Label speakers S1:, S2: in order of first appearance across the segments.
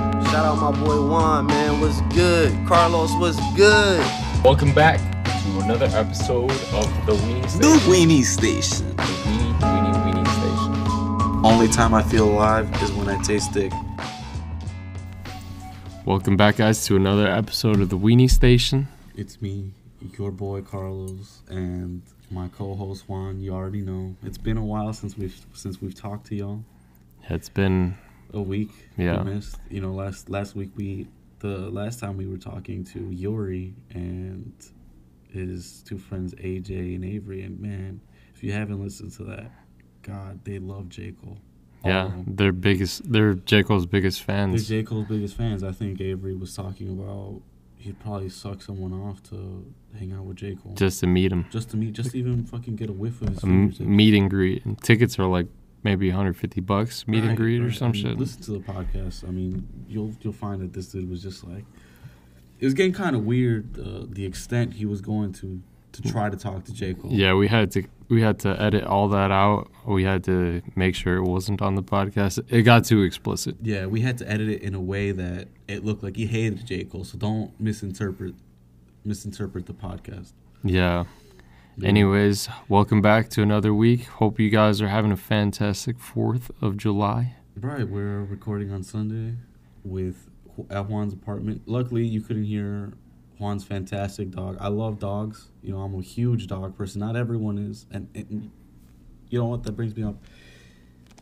S1: my boy Juan, man, was good. Carlos was good.
S2: Welcome back to another episode of the Weenie Station.
S3: The Weenie Station.
S2: The Weenie, Weenie, Weenie Station.
S3: Only time I feel alive is when I taste dick.
S2: Welcome back, guys, to another episode of the Weenie Station.
S3: It's me, your boy Carlos, and my co-host Juan. You already know. It's been a while since we've since we've talked to y'all.
S2: It's been
S3: A week. we
S2: Yeah.
S3: missed. You know, last last week we the last time we were talking to Yori and his two friends AJ and Avery, and man, if you haven't listened to that, God, they love J Cole. All
S2: yeah,
S3: of 'em.
S2: they're biggest, they're J Cole's biggest
S3: They're
S2: fans.
S3: J. Cole's biggest fans. I think Avery was talking about he'd probably suck someone off to hang out with J. Cole. Just,
S2: just to meet him,
S3: to meet, just to even fucking get a whiff of his
S2: a m-
S3: fingertips.
S2: meet and greet. And tickets are like maybe 150 bucks, meet and
S3: Right,
S2: greet or
S3: right. I
S2: some
S3: mean,
S2: shit.
S3: Listen to the podcast. I mean, you'll you'll find that this dude was just like, it was getting kind of weird uh, the extent he was going to to try to talk to J. Cole.
S2: Yeah, we had to we had to edit all that out. We had to make sure it wasn't on the podcast. It got too explicit.
S3: Yeah, we had to edit it in a way that it looked like he hated J. Cole. So don't misinterpret misinterpret the podcast.
S2: Yeah. Anyways, welcome back to another week. Hope you guys are having a fantastic 4th of July.
S3: Right, we're recording on Sunday with Ju- at Juan's apartment. Luckily, you couldn't hear Juan's fantastic dog. I love dogs. You know, I'm a huge dog person. Not everyone is, and, and you know what? That brings me up.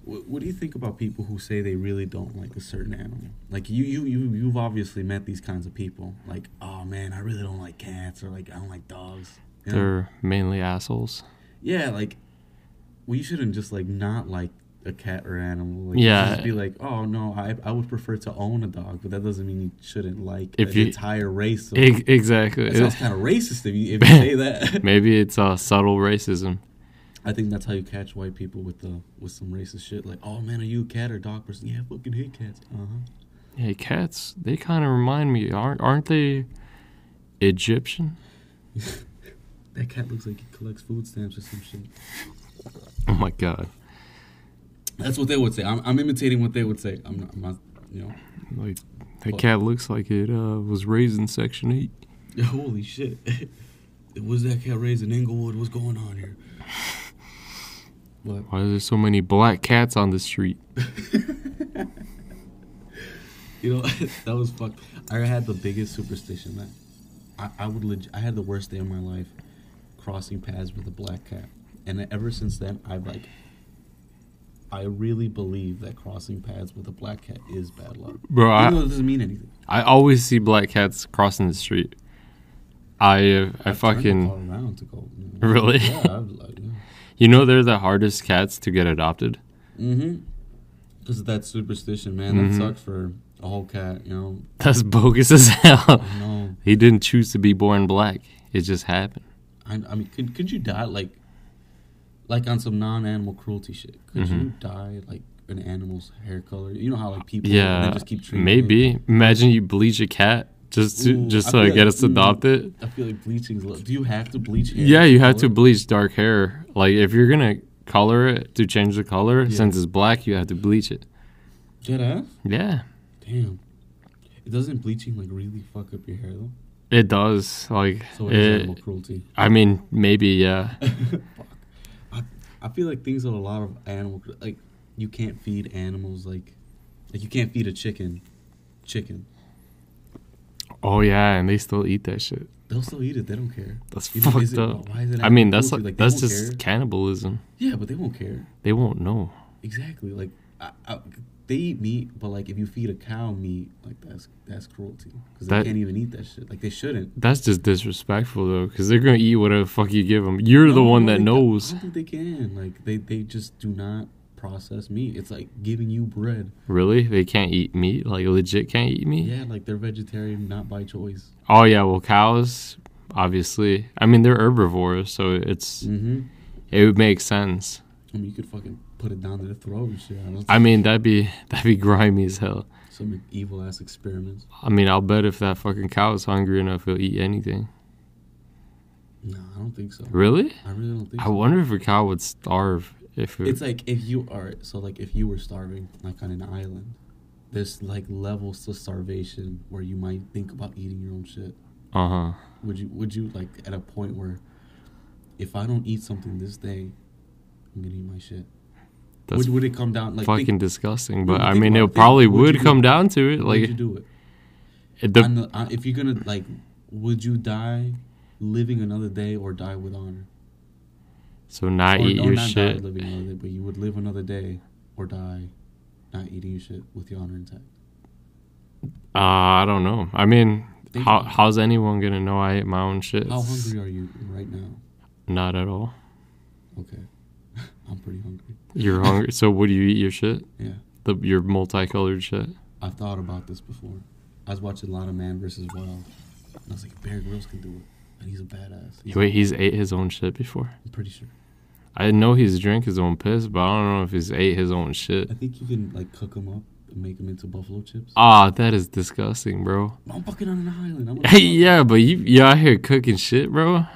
S3: What, what do you think about people who say they really don't like a certain animal? Like you, you, you, you've obviously met these kinds of people. Like, oh man, I really don't like cats, or like I don't like dogs. You know?
S2: They're mainly assholes.
S3: Yeah, like we shouldn't just like not like a cat or animal. Like,
S2: Yeah.
S3: just be like, oh no, I I would prefer to own a dog, but that doesn't mean you shouldn't like
S2: If
S3: an
S2: you-
S3: entire race. Of,
S2: Ex- exactly.
S3: that sounds kind of racist if you, if you say that.
S2: Maybe it's uh, subtle racism.
S3: I think that's how you catch white people with the with some racist shit. Like, oh man, are you a cat or dog person? Yeah, I fucking hate cats. Uh huh.
S2: Hey, cats, they kind of remind me, aren't aren't they Egyptian?
S3: That cat looks like he collects food stamps or some shit.
S2: Oh my god.
S3: That's what they would say. I'm, I'm imitating what they would say. I'm not, I'm not you know.
S2: Like that cat looks like it uh, was raised in section 8.
S3: Holy shit. Was that cat raised in Inglewood? What's going on here? But
S2: Why are there so many black cats on the street?
S3: you know, that was fucked. I had the biggest superstition that I, I would legit. I had the worst day of my life crossing paths with a black cat, and ever since then, I've like. I really believe that crossing paths with a black cat is bad luck.
S2: Bro, I-
S3: Even though it doesn't mean anything.
S2: I always see black cats crossing the street. I uh, I
S3: I've turned
S2: fucking
S3: all around to go. you know.
S2: Really?
S3: Yeah, I've like. Yeah.
S2: You know they're the hardest cats to get adopted.
S3: Mm-hmm. Because of that superstition, man.
S2: Mm-hmm.
S3: That sucks for a whole cat, you know.
S2: That's bogus as hell.
S3: No,
S2: He didn't choose to be born black. It just happened.
S3: I, I mean, could could you die like, like on some non-animal cruelty shit? Could you
S2: Mm-hmm.
S3: die like an animal's hair color? You know how like people
S2: Yeah.
S3: they just keep treating
S2: Maybe. Imagine you bleach a cat just to
S3: Ooh, I
S2: just
S3: feel
S2: to
S3: like-
S2: get us
S3: ooh.
S2: adopted.
S3: it. I feel like bleaching's. Low. Do you have to bleach hair?
S2: Yeah, you have to
S3: color?
S2: bleach dark hair. Like if you're gonna color it to change the color, since it's black, you have to bleach it.
S3: Dead ass.
S2: Yeah.
S3: Damn. It doesn't bleaching like really fuck up your hair though.
S2: It does. Like
S3: So it is animal
S2: it,
S3: cruelty.
S2: I mean, maybe yeah.
S3: I feel like things with a lot of animal like you can't feed animals like like you can't feed a chicken chicken.
S2: oh yeah, and they still eat that shit.
S3: They'll still eat it. They don't care.
S2: That's
S3: You know,
S2: fucked
S3: is it-
S2: up.
S3: why is it
S2: I mean, that's like,
S3: animal cruelty? Like, they
S2: that's
S3: don't
S2: just
S3: care.
S2: cannibalism.
S3: Yeah, but they won't care.
S2: They won't know.
S3: Exactly. Like I, I, they eat meat, but like if you feed a cow meat, like that's that's cruelty because they
S2: That-
S3: can't even eat that shit. Like they shouldn't.
S2: That's just disrespectful though, because they're gonna eat whatever the fuck you give them. You're the
S3: No,
S2: one
S3: no,
S2: that
S3: they don't-
S2: knows,
S3: I don't think they can. Like they they just do not process meat. It's like giving you bread.
S2: really. They can't eat meat, like legit can't eat meat.
S3: Yeah, like they're vegetarian, not by choice.
S2: Oh yeah, well cows, obviously. I mean, they're herbivores, so it's
S3: Mm-hmm.
S2: it would make sense.
S3: I mean, you could fucking put it down their throat and shit. I don't
S2: I mean, that'd be that'd be grimy as hell.
S3: some evil ass experiments.
S2: I mean, I'll bet if that fucking cow is hungry enough, he'll eat anything.
S3: No, I don't think so.
S2: Really?
S3: I really don't think
S2: I
S3: so.
S2: wonder if a cow would starve if it,
S3: It's like if you are so like if you were starving like on an island, There's like levels to starvation where you might think about eating your own shit.
S2: Uh huh.
S3: Would you would you like at a point where if I don't eat something this day, I'm gonna eat my shit.
S2: That's
S3: would, would it come down like
S2: fucking
S3: think,
S2: disgusting.
S3: No,
S2: But
S3: but
S2: I
S3: think
S2: mean,
S3: about
S2: it
S3: it. Think,
S2: probably
S3: would
S2: would
S3: you do
S2: come
S3: it?
S2: down to it.
S3: would
S2: Like
S3: you do it?
S2: it dep-
S3: On the- on- if you're gonna like, would you die living another day or die with honor?
S2: so not
S3: or,
S2: eat
S3: or
S2: your
S3: not
S2: shit.
S3: Die living another day, but you would live another day or die not eating your shit with your honor intact.
S2: Uh, I don't know. I mean,
S3: Think
S2: how
S3: about it.
S2: how's anyone gonna know I ate my own shit?
S3: How hungry are you right now?
S2: Not at all.
S3: Okay, I'm pretty hungry.
S2: You're hungry. so would you eat your shit?
S3: Yeah.
S2: The your multicolored shit.
S3: I've thought about this before. I was watching a lot of Man versus Wild, and I was like, Bear Grylls can do it, and he's a badass. He's-
S2: Wait, he's ate his own shit before.
S3: I'm pretty sure.
S2: I know he's drank his own piss, but I don't know if he's ate his own shit.
S3: I think you can like cook him up and make him into buffalo chips.
S2: Ah, that is disgusting, bro.
S3: I'm fucking on an island. I'm
S2: Hey, yeah, but you you out here cooking shit, bro.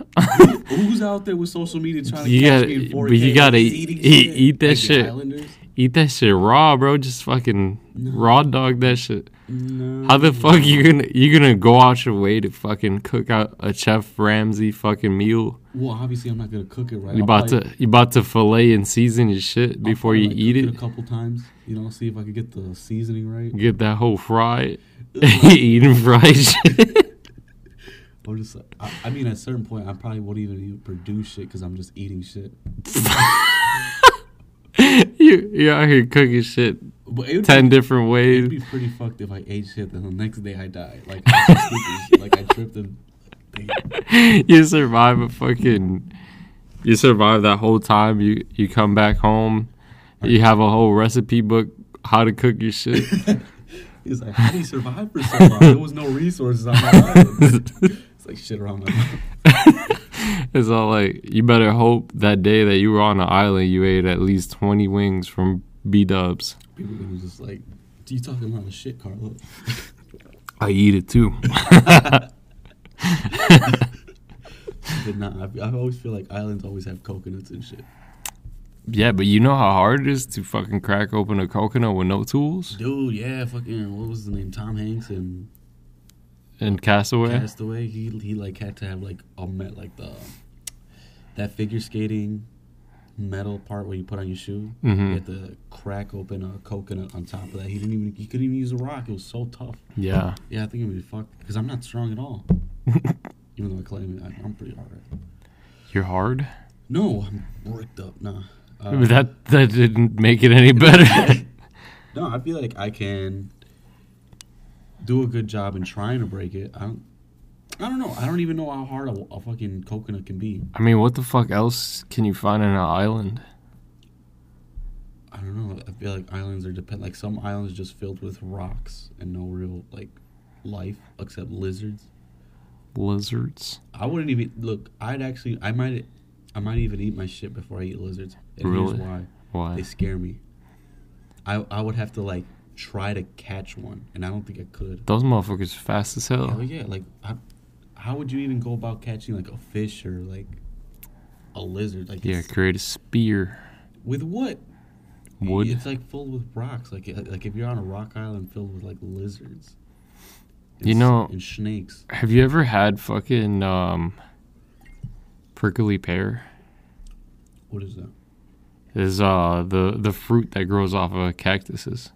S3: Who's out there with social media trying to
S2: You
S3: catch
S2: gotta-
S3: me in 4K?
S2: but you gotta
S3: Like, eating
S2: eat- eat-
S3: shit?
S2: eat that
S3: Like the
S2: shit.
S3: Islanders?
S2: Eat that shit raw, bro. Just fucking
S3: No.
S2: raw dog that shit.
S3: No.
S2: How the fuck you gonna you gonna go out your way to fucking cook out a Chef Ramsay fucking meal?
S3: Well, obviously I'm not gonna cook it right.
S2: You
S3: I'll
S2: about
S3: probably-
S2: to you about to fillet and season your shit
S3: I'll
S2: before you
S3: probably, like,
S2: eat
S3: cook
S2: it.
S3: a couple times. You know, see if I could get the seasoning right.
S2: Get that whole fried, eating fried shit.
S3: Or just, I, I mean, at a certain point, I probably won't even, even produce shit because I'm just eating shit.
S2: you you out here cooking shit
S3: But it would
S2: ten
S3: be,
S2: different
S3: it'd
S2: ways.
S3: be pretty fucked if I ate shit. Then the next day I died. Like I was stupid shit. like I tripped and. Damn.
S2: you survive a fucking you survive that whole time you you come back home you have a whole recipe book how to cook your shit
S3: He's like, how do you survive for so long? There was no resources on my island. it's like shit around my mouth.
S2: it's all like you better hope that day that you were on the island you ate at least 20 wings from b-dubs
S3: People are gonna just like, do you talking a lot of shit, Carlo?
S2: i eat it too
S3: But nah, I, I always feel like islands always have coconuts and shit.
S2: yeah but you know how hard it is to fucking crack open a coconut with no tools
S3: Dude, yeah, fucking, what was the name? Tom Hanks and
S2: and castaway
S3: Castaway. He he like had to have like a met like the that figure skating metal part where you put on your shoe.
S2: Mhm.
S3: You had to crack open a coconut on top of that. He didn't even he couldn't even use a rock. It was so tough.
S2: yeah
S3: Yeah, I think I'm gonna be fucked because I'm not strong at all. Even though I claim it, I, I'm pretty alright.
S2: you're hard
S3: No, I'm bricked up. Nah. Uh,
S2: But that that didn't make it any better
S3: no, I feel like I can do a good job in trying to break it. I don't. I don't know. I don't even know how hard a, a fucking coconut can be.
S2: i mean what the fuck else can you find on an island
S3: I don't know. I feel like islands are depend. Like some islands just filled with rocks and no real like life except lizards.
S2: lizards
S3: I wouldn't even look. I'd actually. I might. I might even eat my shit before I eat lizards. And
S2: Really?
S3: here's why.
S2: Why?
S3: They scare me. I I would have to like try to catch one, and I don't think I could.
S2: Those motherfuckers fast as hell.
S3: Hell yeah! Like, I, how would you even go about catching like a fish or like a lizard? Like,
S2: Yeah,
S3: it's-
S2: create a spear.
S3: with what?
S2: Wood.
S3: It's like filled with rocks. Like, it- like if you're on a rock island filled with like lizards,
S2: You
S3: and s-
S2: know-
S3: and snakes.
S2: Have you ever had fucking um prickly pear?
S3: What is that?
S2: Is uh the the fruit that grows off of cactuses.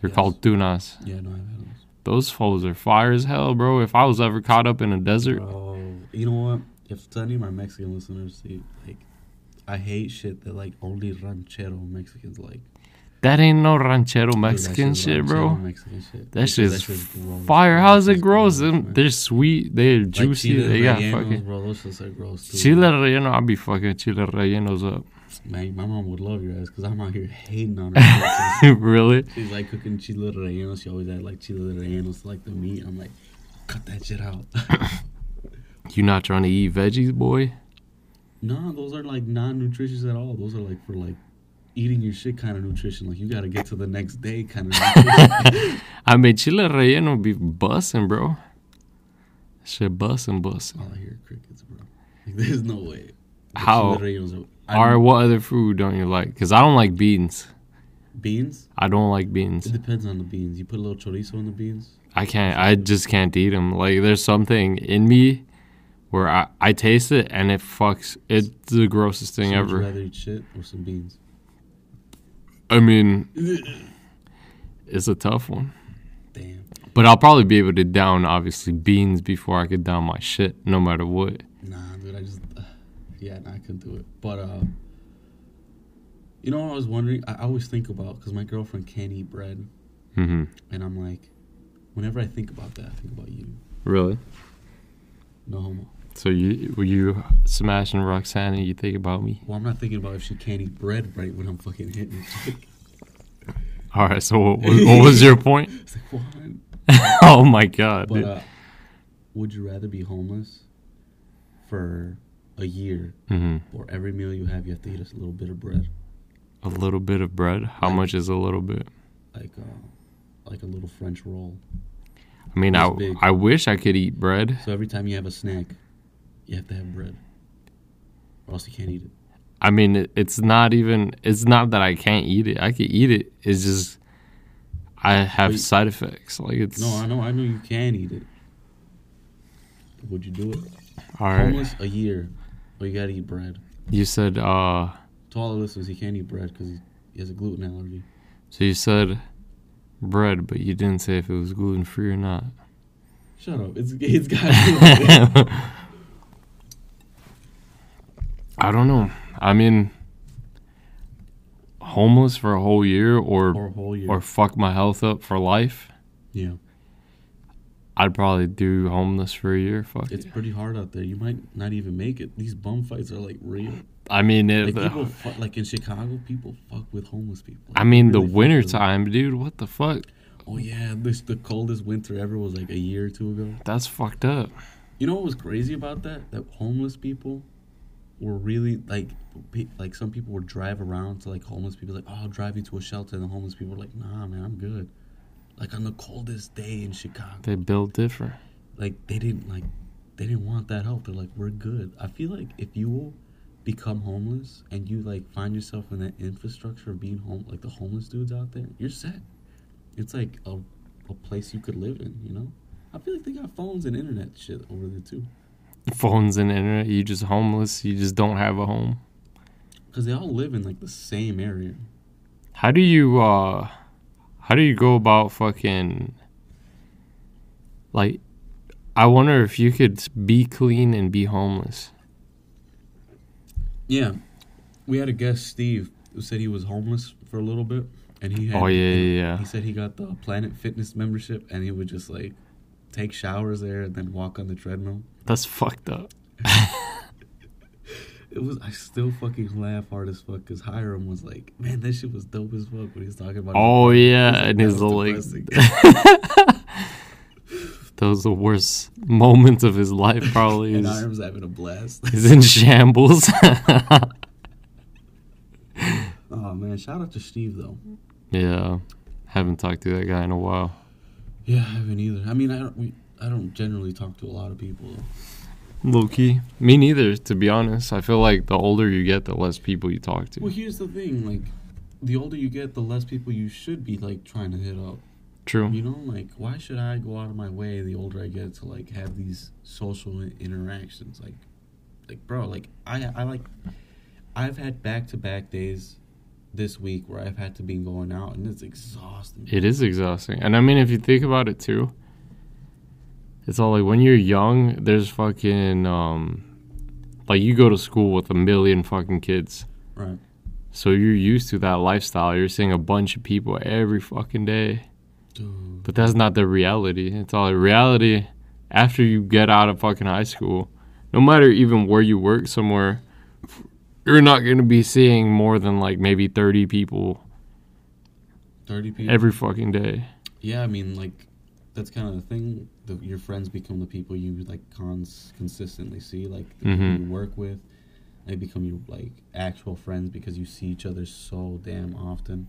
S2: They're
S3: Yes.
S2: called tunas.
S3: Yeah, no, I've had those.
S2: Those foes are fire as hell, bro. If I was ever caught up in a desert,
S3: Bro, you know what? If to any of my Mexican listeners, see, like, I hate shit that like only ranchero Mexicans like.
S2: that ain't no ranchero
S3: Dude, that
S2: Mexican
S3: shit's
S2: shit,
S3: raw.
S2: bro.
S3: Some Mexican shit.
S2: That
S3: shit-
S2: shit's
S3: shit's gross.
S2: Fire,
S3: That
S2: how's
S3: shit's
S2: it gross?
S3: man.
S2: Them- They're sweet, they're
S3: Like
S2: juicy,
S3: chile
S2: they got
S3: rellenos,
S2: fucking
S3: Bro, those shits are gross too.
S2: chile relleno. I'll be fucking chile rellenos up.
S3: Man, my mom would love your ass because I'm out here hating on her.
S2: really?
S3: She's like cooking chile rellenos. She always had like chile rellenos to, like the meat. I'm like, cut that shit out.
S2: You not trying to eat veggies, boy?
S3: no, those are like non-nutritious at all. Those are like for like eating your shit kind of nutrition. Like you got to get to the next day kind of nutrition.
S2: I mean, chile relleno be bussin', bro. Shit, bussin', bussin'.
S3: all I hear are crickets, bro. Like, there's no way. The
S2: How
S3: chile rellenos are- I
S2: Or
S3: don't-
S2: what other food don't you like? Because I don't like beans.
S3: Beans?
S2: I don't like beans.
S3: It depends on the beans. You put a little chorizo in the beans.
S2: I can't. I just can't eat them. Like there's something in me where I, I taste it and it fucks. It's the grossest thing
S3: so Would you
S2: ever.
S3: rather eat shit or some beans?
S2: I mean, it's a tough one.
S3: Damn.
S2: But I'll probably be able to down obviously beans before I could down my shit, no matter what.
S3: Nah, dude. I just. yeah, nah, I couldn't do it. But uh. You know what I was wondering? I I always think about because my girlfriend can't eat bread,
S2: hmm
S3: and I'm like, whenever I think about that, I think about you.
S2: Really?
S3: No homo.
S2: So you were you smashing Roxanne and you think about me?
S3: Well, I'm not thinking about if she can't eat bread right when I'm fucking hitting it.
S2: All right. So what, was- what was your point?
S3: it's like, what?
S2: oh my god.
S3: But
S2: dude.
S3: uh, would you rather be homeless for a year
S2: Mhm.
S3: or every meal you have, you have to eat a little bit of bread?
S2: A little bit of bread. How
S3: like-
S2: much is a little bit?
S3: Like, uh, like a little French roll.
S2: I mean, I
S3: It's big.
S2: I wish I could eat bread.
S3: So every time you have a snack, you have to have bread. Or else you can't eat it.
S2: I mean, it, it's not even. It's not that I can't eat it. I could eat it. It's just I have
S3: Wait.
S2: side effects. Like it's
S3: No, I know, I know you can eat it. Would you do it?
S2: all right.
S3: Homeless a year, but you gotta eat bread.
S2: You said uh.
S3: To all the listeners, he can't eat bread because he, he has a gluten allergy.
S2: So you said bread, but you didn't say if it was gluten free or not.
S3: Shut up! It's it's got.
S2: I don't know. I mean, homeless for a whole year, or
S3: or
S2: or,
S3: a whole year.
S2: fuck my health up for life.
S3: yeah.
S2: I'd probably do homeless for a year. Fuck.
S3: It's
S2: it.
S3: pretty hard out there. You might not even make it. These bum fights are like real.
S2: I mean, it,
S3: Like people, fu- like in Chicago, people fuck with homeless people.
S2: I mean, the
S3: Really fuck
S2: winter
S3: with them.
S2: time, dude. What the fuck?
S3: Oh yeah, this the coldest winter ever was like a year or two ago.
S2: That's fucked up.
S3: You know what was crazy about that? That homeless people were really like, pe- like some people would drive around to like homeless people, like, oh, I'll drive you to a shelter, and the homeless people were like, Nah, man, I'm good. Like on the coldest day in Chicago.
S2: They build different.
S3: like they didn't like they didn't want that help they're like we're good i feel like if you will become homeless and you like find yourself in that infrastructure of being home like the homeless dudes out there you're set it's like a, a place you could live in you know i feel like they got phones and internet shit over there too
S2: Phones and internet. You just homeless. You just don't have a home.
S3: because they all live in like the same area
S2: How do you uh how do you go about fucking like I wonder if you could be clean and be homeless.
S3: yeah we had a guest steve who said he was homeless for a little bit and he had
S2: Oh yeah, yeah, yeah.
S3: He said he got the Planet Fitness membership and he would just like take showers there and then walk on the treadmill.
S2: That's fucked up.
S3: It was I still fucking laugh hard as fuck because Hiram was like, man, that shit was dope as fuck when he was talking about.
S2: Oh yeah,
S3: That
S2: and his
S3: was
S2: like
S3: depressing.
S2: those the worst moments of his life probably
S3: and
S2: is,
S3: Hiram's having a blast.
S2: is in shambles.
S3: oh man, shout out to Steve though.
S2: yeah. Haven't talked to that guy in a while.
S3: Yeah, I haven't either. I mean, I don't. We, I don't generally talk to a lot of people. Though.
S2: Low key. Me neither, to be honest. I feel like the older you get, the less people you talk to.
S3: Well, here's the thing: like, the older you get, the less people you should be like trying to hit up.
S2: True.
S3: You know, like, why should I go out of my way the older I get to like have these social i- interactions? Like, like, bro, like, I, I like, I've had back to back days this week where I've had to be going out, and it's exhausting.
S2: It is exhausting. And I mean, if you think about it too, it's all like when you're young, there's fucking, um, like you go to school with a million fucking kids.
S3: Right.
S2: So you're used to that lifestyle. You're seeing a bunch of people every fucking day.
S3: Dude.
S2: But that's not the reality. It's all like reality after you get out of fucking high school, no matter even where you work somewhere, you're not going to be seeing more than like maybe 30 people
S3: Thirty people.
S2: every fucking day.
S3: yeah, I mean, like, that's kind of the thing. The, your friends become the people you like cons consistently see, like the
S2: Mhm.
S3: people you work with. They become your like actual friends because you see each other so damn often.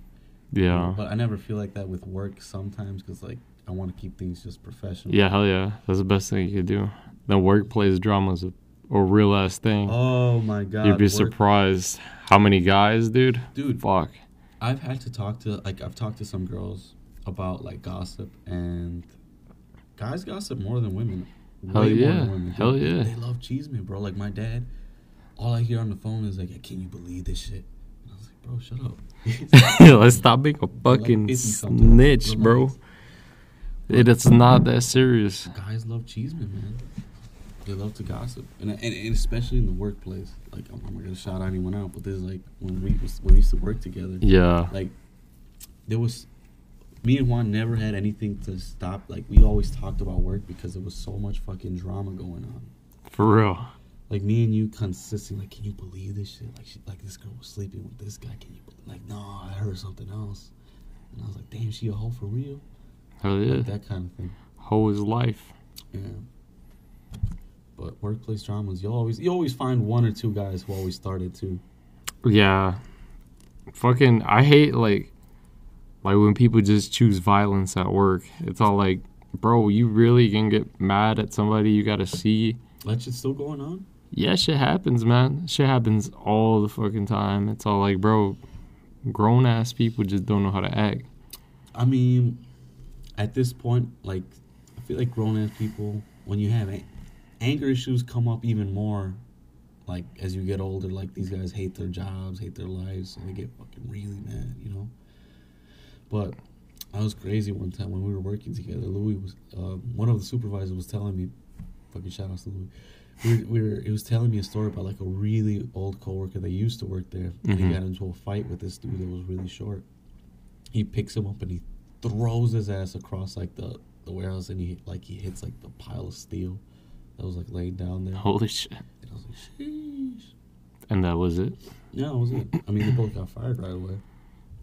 S2: Yeah.
S3: But I never feel like that with work sometimes because, like, I want to keep things just professional.
S2: Yeah, hell yeah. That's the best thing you could do. The workplace drama is a, a real ass thing.
S3: Oh my God.
S2: You'd be
S3: work-
S2: surprised how many guys, dude.
S3: Dude,
S2: Fuck.
S3: I've had to talk to like I've talked to some girls about like gossip and guys gossip more than women.
S2: Hell
S3: Way more
S2: yeah.
S3: than women.
S2: Hell
S3: They-
S2: yeah.
S3: They love cheese me, bro. Like my dad, all I hear on the phone is like, "Yeah, "Can you believe this shit?" And I was like, "Bro, shut up."
S2: Let's stop being a fucking
S3: It's something.
S2: snitch, bro.
S3: Relax.
S2: It, it's not that serious.
S3: guys love Cheeseman, man. They love to gossip, and, and, and especially in the workplace. Like I'm, I'm not gonna shout anyone out, but this is like when we was, when we used to work together.
S2: Yeah.
S3: Like there was, me and Juan never had anything to stop. Like we always talked about work because there was so much fucking drama going on.
S2: For real.
S3: Like me and you consistently. Like, can you believe this shit? Like, she, like this girl was sleeping with this guy. Can you? Believe? Like, no, I heard something else. And I was like, damn, she a hoe for real.
S2: Hell yeah.
S3: Like that kind of thing.
S2: Hoe is life.
S3: Yeah. But workplace dramas, you always you always find one or two guys who always started too.
S2: Yeah. Fucking I hate like like when people just choose violence at work. It's all like, bro, you really gonna get mad at somebody you gotta see?
S3: That shit's still going on.
S2: Yeah, shit happens, man. Shit happens all the fucking time. It's all like, bro, grown ass people just don't know how to act.
S3: I mean, at this point, like I feel like grown ass people, when you have a- anger issues, come up even more. Like as you get older, like these guys hate their jobs, hate their lives, and they get fucking really mad, you know. But I was crazy one time when we were working together. Louis was uh, one of the supervisors was telling me, fucking shout outs to Louis. We were, we were, it was telling me a story about like a really old coworker that used to work there, and he
S2: Mhm.
S3: got into a fight with this dude that was really short. He picks him up and he throws his ass across like the, the warehouse, and he like he hits like the pile of steel that was like laying down there.
S2: Holy shit.
S3: And I was like, sheesh.
S2: And that was it.
S3: Yeah, that was it. I mean, they both got fired right away.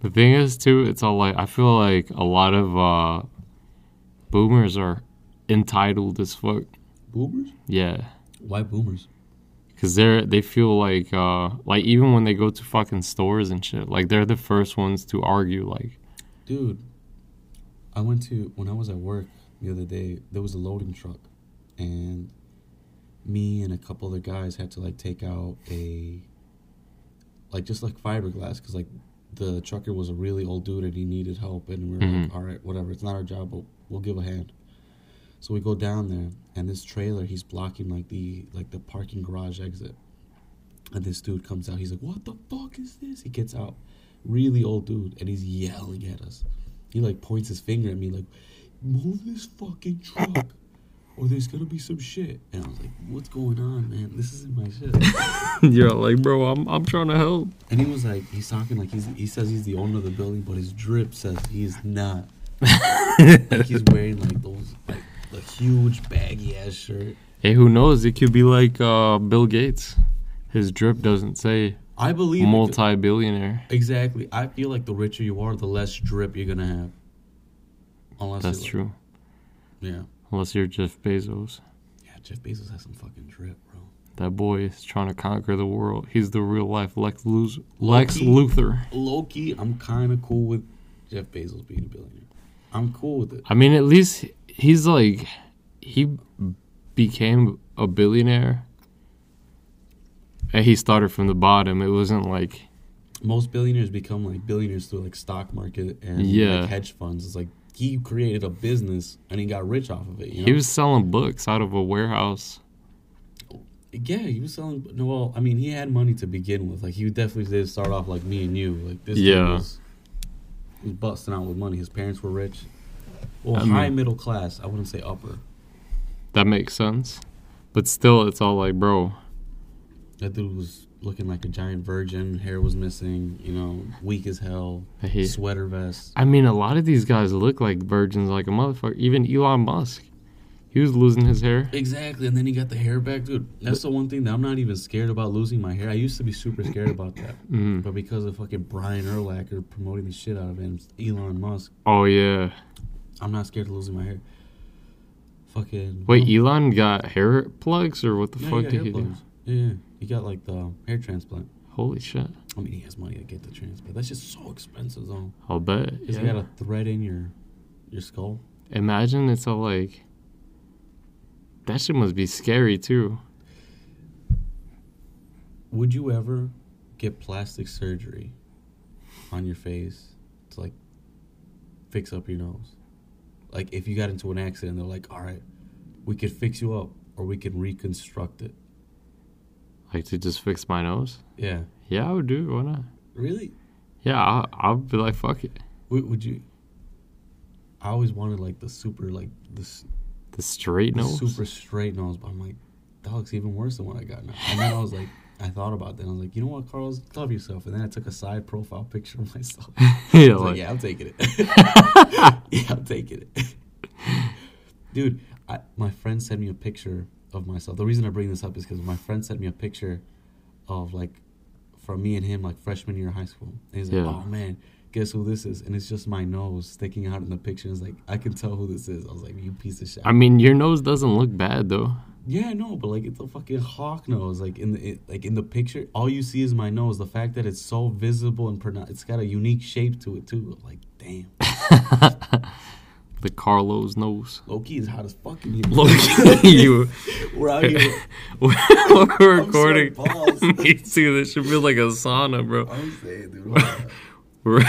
S2: The thing is, too, it's all like I feel like a lot of uh, boomers are entitled as fuck.
S3: Boomers?
S2: Yeah,
S3: Why boomers?
S2: because they're they feel like uh, like even when they go to fucking stores and shit, like they're the first ones to argue. Like,
S3: Dude, I went to when I was at work the other day. There was a loading truck, and me and a couple other guys had to like take out a like just like fiberglass because like the trucker was a really old dude and he needed help, and we were like,
S2: Mhm.
S3: all right, whatever, it's not our job, but we'll give a hand. So we go down there, and this trailer he's blocking like the like the parking garage exit, and this dude comes out. He's like, "What the fuck is this?" He gets out, really old dude, and he's yelling at us. He like points his finger at me, like, "Move this fucking truck, or there's gonna be some shit." And I was like, "What's going on, man? This isn't my shit."
S2: you're like, bro, I'm I'm trying to help.
S3: And he was like, he's talking like he's he says he's the owner of the building, but his drip says he's not. like he's wearing like those like the huge baggy ass shirt.
S2: Hey, who knows? It could be like uh, Bill Gates. His drip doesn't say
S3: I believe it could-
S2: multi-billionaire.
S3: Exactly. I feel like the richer you are, the less drip you're gonna have. Unless
S2: That's
S3: you're-
S2: true.
S3: Yeah.
S2: Unless you're Jeff Bezos.
S3: Yeah, Jeff Bezos has some fucking drip, bro.
S2: That boy is trying to conquer the world. He's the real life Lex, Luz- Lex
S3: Low-key.
S2: Luthor.
S3: Loki, I'm kinda cool with Jeff Bezos being a billionaire. I'm cool with it.
S2: I mean, at least he's like he became a billionaire, and he started from the bottom. It wasn't like
S3: Most billionaires become like billionaires through like stock market and
S2: Yeah.
S3: like hedge funds. It's like he created a business and he got rich off of it. You know?
S2: he was selling books out of a warehouse.
S3: yeah, he was selling. No, well, I mean, he had money to begin with. Like he definitely did start off like me and you. Like this, dude
S2: Yeah.
S3: was, he was busting out with money. His parents were rich, well,
S2: I
S3: high
S2: mean-
S3: middle class. I wouldn't say upper.
S2: That makes sense, but still, it's all like, bro,
S3: That dude was looking like a giant virgin. Hair was missing. You know, weak as hell.
S2: he.
S3: Sweater vest.
S2: I mean, a lot of these guys look like virgins, like a motherfucker. Even Elon Musk, he was losing his hair.
S3: Exactly, and then he got the hair back, dude. That's the one thing that I'm not even scared about losing my hair. I used to be super scared about that,
S2: Mhm.
S3: but because of fucking Brian Urlacher promoting the shit out of him, Elon Musk.
S2: Oh yeah.
S3: I'm not scared of losing my hair. Fucking
S2: Wait, Elon got hair plugs or what the
S3: Oh. Yeah,
S2: fuck
S3: got
S2: did
S3: hair
S2: he do?
S3: plugs. Yeah, yeah. he got like the hair transplant.
S2: Holy shit!
S3: I mean, he has money to get the transplant. That's just so expensive, though.
S2: I'll bet.
S3: Cause you gotta thread in your your skull.
S2: Imagine it's all like. That shit must be scary too.
S3: Would you ever get plastic surgery on your face to like fix up your nose. Like if you got into an accident, they're like, "All right, we could fix you up, or we can reconstruct it."
S2: Like to just fix my nose?
S3: Yeah.
S2: Yeah, I would do it. Why not?
S3: Really?
S2: Yeah, I, I'll be like, fuck it.
S3: Would, would you? I always wanted like the super like the s-
S2: The straight nose.
S3: super straight nose, but I'm like, that looks even worse than what I got now. And then I was like, I thought about that. and I was like, you know what, Carlos, love yourself. And then I took a side profile picture of myself.
S2: yeah,
S3: I was like,
S2: like,
S3: yeah, I'm taking it. yeah, I'm taking it. Dude, I, my friend sent me a picture of myself. The reason I bring this up is because my friend sent me a picture of like from me and him like freshman year of high school. And he's like,
S2: Yeah.
S3: oh man, guess who this is? And it's just my nose sticking out in the picture. It's like I can tell who this is. I was like, you piece of shit.
S2: I mean, your nose doesn't look bad though.
S3: Yeah, no, but like it's a fucking hawk nose. Like in the it, like in the picture, all you see is my nose. The fact that it's so visible and pronounced, it's got a unique shape to it too. Like damn,
S2: The Carlos nose.
S3: Loki is hot as fucking. Here.
S2: Look, you.
S3: we're out here.
S2: We're recording.
S3: balls.
S2: Me too. This should be like a sauna, bro.
S3: I'm saying, dude, hold on.
S2: We're,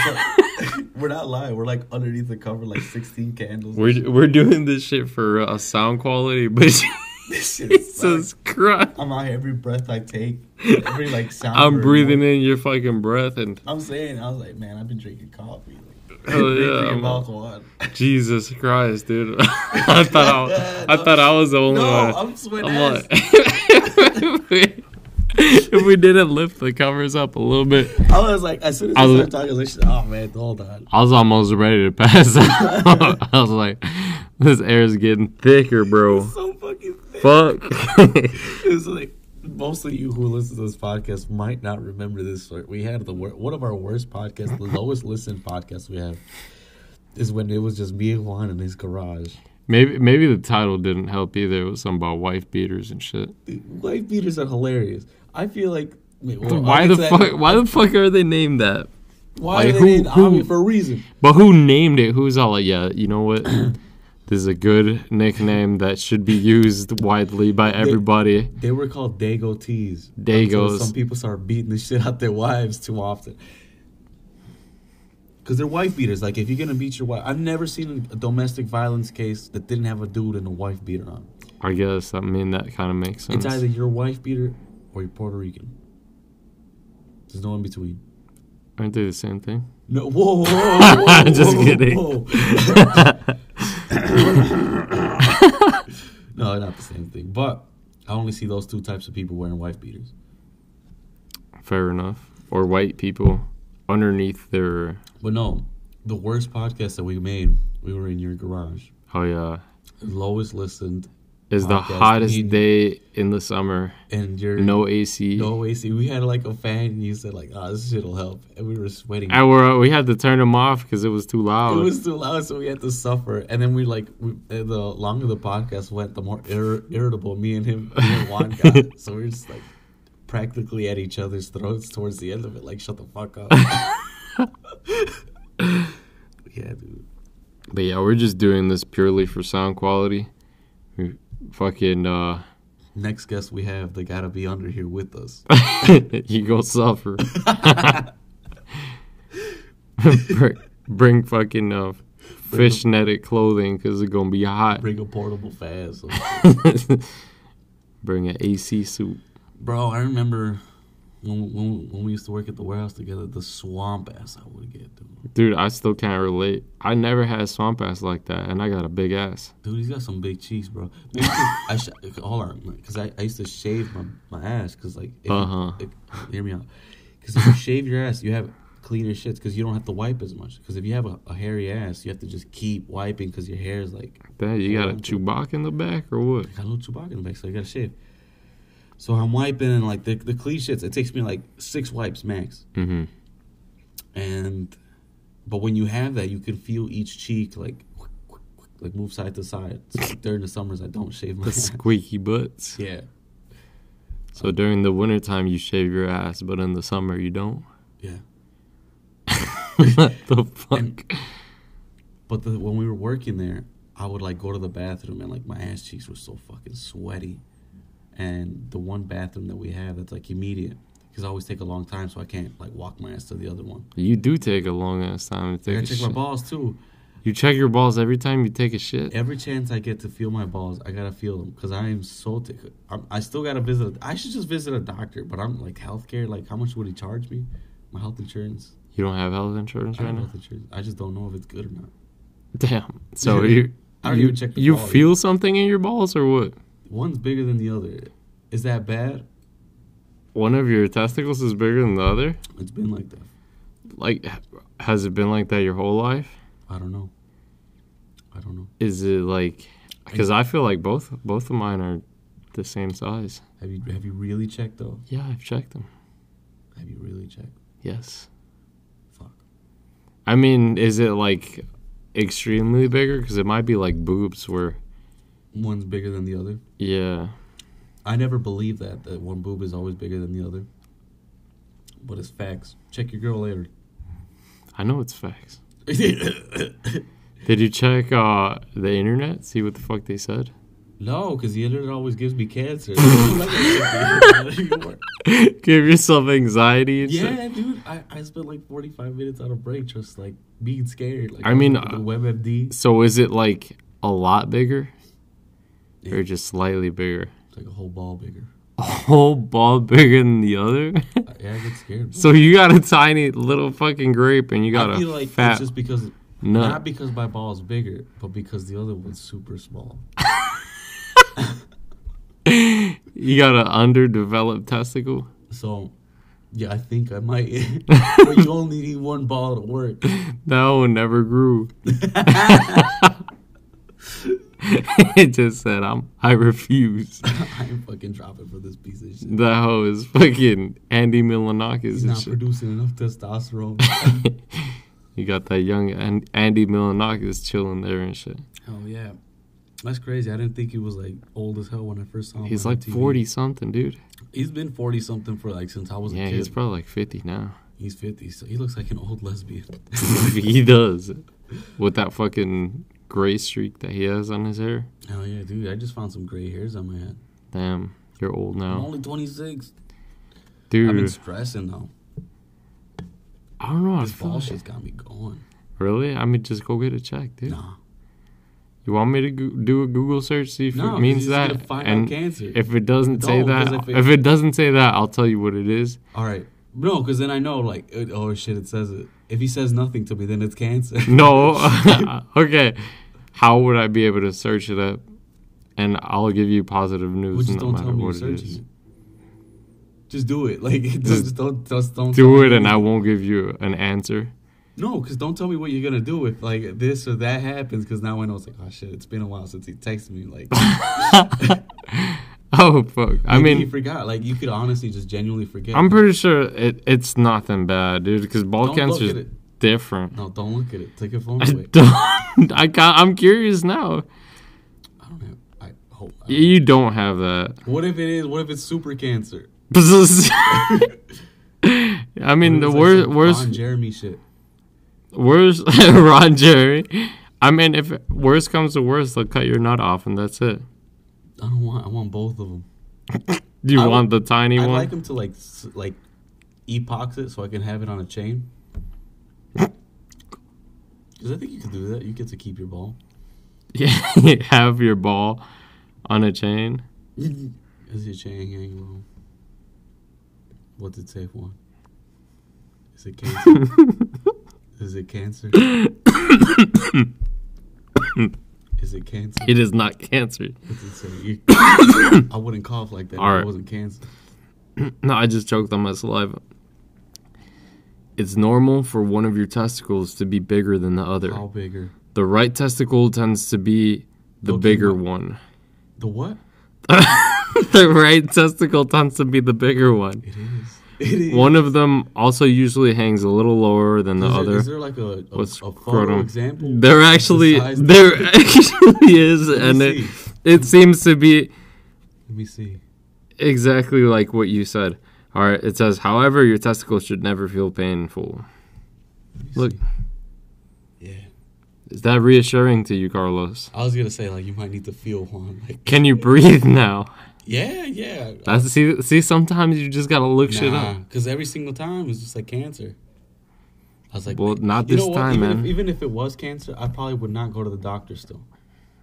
S3: we're not lying. We're like underneath the cover, like sixteen candles.
S2: we're, we're doing this shit for uh, sound quality, but
S3: This shit sucks.
S2: Jesus Christ.
S3: I'm out here every breath I take, every like sound.
S2: I'm
S3: or-
S2: breathing in your fucking breath and
S3: I'm saying, I was like, man, I've been drinking coffee. Like,
S2: Hell
S3: breathe
S2: Oh, yeah,
S3: through your
S2: I'm-
S3: mouth one.
S2: Jesus Christ, dude. I thought I, I thought I was the only
S3: No,
S2: one.
S3: I'm sweating.
S2: I'm
S3: ass.
S2: like, if, we, if we didn't lift the covers up a little bit,
S3: I was like, as soon as
S2: I
S3: I
S2: was-
S3: started talking, I was like, oh man, hold on.
S2: I was almost ready to pass out. I was like, this air is getting thicker, bro.
S3: So fucking thick.
S2: Fuck.
S3: It was like, most of you who listen to this podcast might not remember this. story. We had the wor- one of our worst podcasts, the lowest listened podcast we have, is when it was just me and Juan in his garage.
S2: maybe maybe the title didn't help either. It was something about wife beaters and shit.
S3: Dude, Wife beaters are hilarious. I feel like. wait, well, I'll
S2: why
S3: get
S2: the
S3: to that-
S2: fuck? Why the fuck are they named that?
S3: Why
S2: like,
S3: are they
S2: who-
S3: named Ami
S2: who-
S3: for a reason?
S2: But who named it? Who's all like, yeah, you know what? this is a good nickname that should be used widely by everybody.
S3: They were called Dago Tees.
S2: Dagos.
S3: Until Some people start beating the shit out their wives too often. Because they're wife beaters. Like, if you're going to beat your wife, I've never seen a domestic violence case that didn't have a dude and a wife beater on.
S2: I guess I mean that kind of makes sense.
S3: It's either your wife beater or you're Puerto Rican. There's no in between.
S2: Aren't they the same thing?
S3: No, whoa, whoa, whoa, whoa
S2: Just
S3: whoa,
S2: kidding.
S3: whoa. no, not the same thing. But I only see those two types of people wearing wife beaters.
S2: Fair enough. Or white people underneath their
S3: But no, the worst podcast that we made, we were in your garage.
S2: oh yeah
S3: Lowest listened,
S2: is the
S3: Podcast
S2: hottest
S3: in-
S2: day in the summer.
S3: and your
S2: No AC.
S3: no AC. We had like a fan, and you said like, "Ah, this shit'll help," and we were sweating.
S2: And we're, we had to turn them off because it was too
S3: it
S2: loud.
S3: was too loud, so we had to suffer. And then we like, we, and the longer the podcast went, the more ir- irritable me and him, me and Juan got. so we were just like practically at each other's throats towards the end of it. Like, shut the fuck up. yeah, dude.
S2: But yeah, we're just doing this purely for sound quality. We fucking uh,
S3: Next guest we have, they gotta be under here with us.
S2: you go suffer. bring, bring fucking uh, fishnetted clothing because it's gonna be hot.
S3: Bring a portable fast.
S2: Bring an AC suit.
S3: Bro, I remember when, when when we used to work at the warehouse together, the swamp ass I would get, dude.
S2: Dude, I still can't relate. I never had swamp ass like that, and I got a big ass.
S3: Dude, he's got some big cheeks, bro. Maybe 'cause I sh- hold on, because I, I used to shave my, my ass, because like, if you-
S2: Uh-huh.
S3: if- hear me out. Because if you shave your ass, you have cleaner shits, because you don't have to wipe as much. Because if you have a, a hairy ass, you have to just keep wiping, because your hair is like
S2: Damn, you got a Chewbacca in the back or what?
S3: got a little Chewbacca in the back, so I gotta shave. So I'm wiping and like the the clean shits. It takes me like six wipes max.
S2: Mm-hmm.
S3: and but when you have that, you can feel each cheek like quick, quick, quick, like move side to side. So like, during the summers, I don't shave my
S2: The squeaky butts.
S3: yeah
S2: So during the wintertime, you shave your ass, but in the summer, you don't.
S3: yeah.
S2: what the fuck?
S3: But the, when we were working there, I would like go to the bathroom and like my ass cheeks were so fucking sweaty, and the one bathroom that we have that's like immediate, because I always take a long time, so I can't like walk my ass to the other one.
S2: You do take a long ass time to
S3: I
S2: take a
S3: check
S2: shit.
S3: my balls too.
S2: You check your balls every time you take a shit.
S3: Every chance I get to feel my balls, I gotta feel them because I am so tick. I'm, I still gotta visit. I should just visit a doctor, but I'm like healthcare. Like, how much would he charge me? My health insurance.
S2: You don't have health insurance
S3: I
S2: right
S3: don't know
S2: now.
S3: if it's true. I just don't know if it's good or not.
S2: Damn. So you
S3: I don't
S2: you,
S3: even check the
S2: you
S3: quality.
S2: feel something in your balls or what?
S3: One's bigger than the other. Is that bad?
S2: One of your testicles is bigger than the other.
S3: It's been like that.
S2: Like, h- has it been like that your whole life?
S3: I don't know. I don't know.
S2: Is it like? Because I feel like both both of mine are the same size.
S3: Have you have you really checked though?
S2: Yeah, I've checked them.
S3: Have you really checked?
S2: Yes.
S3: Fuck.
S2: I mean, is it like extremely bigger? Because it might be like boobs where.
S3: One's bigger than the other.
S2: Yeah.
S3: I never believed that that one boob is always bigger than the other. But it's facts. Check your girl later.
S2: I know it's facts.
S3: no,
S2: Did you check uh, the internet? See what the fuck they said?
S3: because the internet always gives me cancer. yeah,
S2: Give yourself anxiety. And shit.
S3: dude. I, I spent like 45 minutes on a break just like being scared. Like
S2: I mean, uh,
S3: the WebMD.
S2: So is it like a lot bigger,
S3: Yeah.
S2: or just slightly bigger?
S3: It's like a whole ball bigger.
S2: A whole ball bigger than the other.
S3: I- Yeah, I get scared.
S2: so you got a tiny little fucking grape, and you got
S3: I
S2: a
S3: feel like
S2: fat
S3: it's just because
S2: nut.
S3: not because my ball's bigger, but because the other one's super small.
S2: you got an underdeveloped testicle.
S3: So yeah, I think I might. but you only need one ball to work.
S2: That one never grew. it just said, "I'm. I refuse."
S3: I'm fucking dropping for this piece of shit.
S2: That hoe is fucking Andy Milanakis
S3: He's
S2: and
S3: not
S2: shit.
S3: producing enough testosterone.
S2: you got that young and Andy Milanakis chilling there and shit.
S3: Hell yeah, that's crazy. I didn't think he was like old as hell when I first saw him.
S2: He's
S3: on
S2: like
S3: TV.
S2: forty something, dude.
S3: He's been forty something for like since I was
S2: Yeah,
S3: a kid.
S2: he's probably like fifty now.
S3: he's fifty, so he looks like an old lesbian.
S2: he does, with that fucking gray streak that he has on his hair.
S3: Hell yeah, dude! I just found some gray hairs on my head.
S2: Damn, you're old
S3: I'm
S2: now,
S3: only twenty six. I've been
S2: Oh. dude. Oh,
S3: stressing though.
S2: I don't know. I
S3: This
S2: feel
S3: ball
S2: like-
S3: shit's got me going.
S2: Really? I mean, just go get a check, dude.
S3: Nah,
S2: You want me to go- do a Google search, see if
S3: No, 'cause
S2: it means
S3: you're just
S2: that,
S3: gonna find out
S2: and
S3: cancer.
S2: if it doesn't say
S3: No, 'cause
S2: that,
S3: if
S2: if
S3: it-
S2: it, doesn't say that, I'll tell you what it is.
S3: all right. No, because then I know like it- oh shit, it says it. If he says nothing to me, then it's cancer.
S2: No, okay. How would I be able to search it up? And I'll give you positive
S3: Well,
S2: news,
S3: just
S2: no
S3: don't tell
S2: matter
S3: me you're
S2: what it
S3: searching
S2: is.
S3: it. Just do it. Like just, just don't just don't tell
S2: Do
S3: me
S2: it, and
S3: what-
S2: I won't give you an answer.
S3: No, because don't tell me what you're gonna do if like this or that happens. Because now I know it's like, oh shit, it's been a while since he texted me. Like,
S2: Oh fuck! I
S3: maybe he
S2: mean,
S3: forgot. Like, you could honestly just genuinely forget.
S2: I'm pretty sure it, it's nothing bad, dude. Because ball
S3: Don't look at
S2: cancer's
S3: it.
S2: different.
S3: No, don't look at it. Take your phone
S2: I
S3: away.
S2: don't. I got, I'm curious now.
S3: I don't have. I hope. I
S2: Y- You don't have that.
S3: What if it is? What if it's super cancer?
S2: Bzzz. I mean, the
S3: What if it's,
S2: worst,
S3: some
S2: worst,
S3: Ron Jeremy shit.
S2: worst, Ron Jerry. I mean, if worst comes to worst, they'll cut your nut off, and that's it.
S3: I don't want. I want both of them.
S2: Do you
S3: I would-
S2: want the tiny
S3: I'd
S2: one?
S3: like him to like s- like epox it so I can have it on a chain. Because I think you can do that. You get to keep your ball.
S2: yeah, have your ball on a chain.
S3: Is it chain gang bro? What's it say for? Is it cancer? Is it cancer? Is it cancer?
S2: It is not cancer.
S3: What's it say? You- I wouldn't cough like that. if
S2: Alright.
S3: It wasn't cancer.
S2: No, I just choked on my saliva. It's normal for one of your testicles to be bigger than the other.
S3: How bigger?
S2: The right testicle tends to be the
S3: Okay,
S2: bigger
S3: my-
S2: one.
S3: The what?
S2: the right testicle tends to be the bigger one.
S3: It is. It is.
S2: One of them also usually hangs a little lower than the
S3: Is,
S2: other.
S3: There, is there like a, a, a
S2: What's
S3: photo
S2: scrotum?
S3: example?
S2: there actually
S3: size
S2: there actually is
S3: me
S2: and it,
S3: see.
S2: it seems to be
S3: Let me see.
S2: exactly like what you said. All right, it says however your testicles should never feel painful.
S3: Let me
S2: Look.
S3: see. Yeah.
S2: Is that reassuring to you, Carlos?
S3: I was gonna say like you might need to feel Juan. Like
S2: Can you breathe now?
S3: Yeah, yeah.
S2: That's see see sometimes you just gotta look shit up.
S3: because every single time it's just like cancer. I was like,
S2: Well,
S3: "Man,
S2: not
S3: you know
S2: this
S3: what?
S2: time,
S3: even
S2: man."
S3: If, even if it was cancer, I probably would not go to the doctor. Still,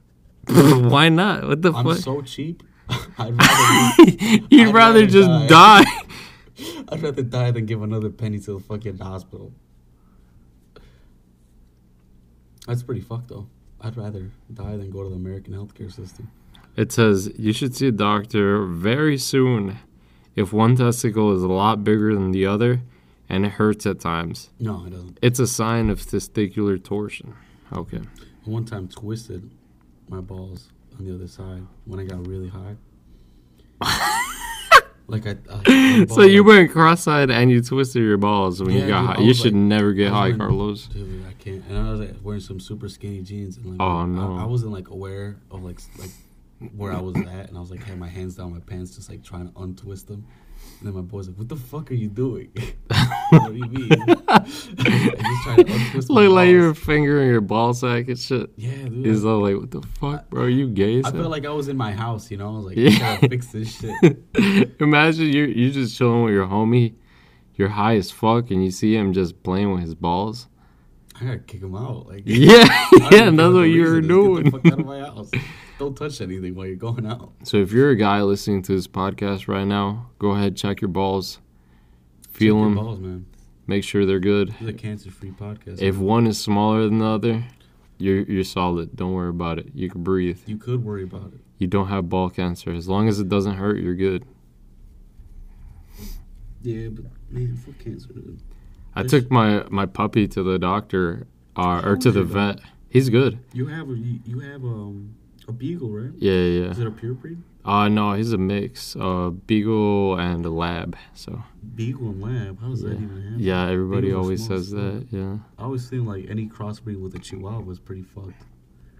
S2: Why not? What the
S3: I'm
S2: fuck?
S3: so cheap. I'd rather
S2: You'd rather
S3: I'd rather
S2: just die.
S3: die. I'd rather die than give another penny to the fucking hospital. That's pretty fucked though. I'd rather die than go to the American healthcare system.
S2: It says you should see a doctor very soon if one testicle is a lot bigger than the other and it hurts at times.
S3: No, it doesn't.
S2: It's a sign of testicular torsion. Okay.
S3: One time, twisted my balls on the other side when I got really high. like I, I my
S2: So
S3: ball-
S2: you went cross-eyed and you twisted your balls when you
S3: Yeah,
S2: got
S3: dude,
S2: high.
S3: I
S2: You
S3: was
S2: should
S3: like-
S2: never get
S3: I was
S2: high,
S3: in-
S2: Carlos.
S3: Dude, I can't. And I was like wearing some super skinny jeans, and like,
S2: Oh,
S3: I-
S2: no.
S3: I, wasn't like aware of like s- like where I was at, and I was like had my hands down my pants, just like trying to untwist them. And then my boy's like, "What the fuck are you doing? what do you mean? I just trying to untwist my
S2: Look like you were
S3: balls.
S2: fingering your ball sack and shit.
S3: Yeah, dude.
S2: He's
S3: I,
S2: all like, "What the fuck, bro? Are you gay?" as
S3: I
S2: hell?"
S3: felt like I was in my house, you know. I was like,
S2: Yeah.
S3: I gotta fix this shit.
S2: Imagine you you just chilling with your homie, you're high as fuck, and you see him just playing with his balls.
S3: I gotta kick him out. Like,
S2: Yeah,
S3: I don't
S2: yeah,
S3: even
S2: and
S3: care
S2: that's
S3: the
S2: what you were
S3: reason is. Get the fuck out
S2: doing.
S3: of my house. Don't touch anything while you're going out.
S2: So if you're a guy listening to this podcast right now, go ahead check your balls, feel
S3: Check your
S2: them,
S3: balls, man.
S2: make sure they're good.
S3: This is a cancer-free podcast.
S2: If one is smaller than the other, you're you're solid. Don't worry about it. You can breathe.
S3: You could worry about it.
S2: You don't have ball cancer. As long as it doesn't hurt, you're good.
S3: Yeah, but man, fuck cancer, dude.
S2: I
S3: Yes.
S2: took my my puppy to the doctor uh, or
S3: How's
S2: to the
S3: your dog?
S2: vet. He's good.
S3: You have a you, you have um a beagle, right?
S2: Yeah, yeah. yeah.
S3: Is it a pure breed?
S2: Uh no, he's a mix of beagle and a lab. So
S3: Beagle and lab. How does that even happen?
S2: yeah, everybody
S3: Beagles are
S2: always
S3: small
S2: says
S3: still.
S2: that. Yeah,
S3: I always think like any crossbreed with a chihuahua is pretty fucked.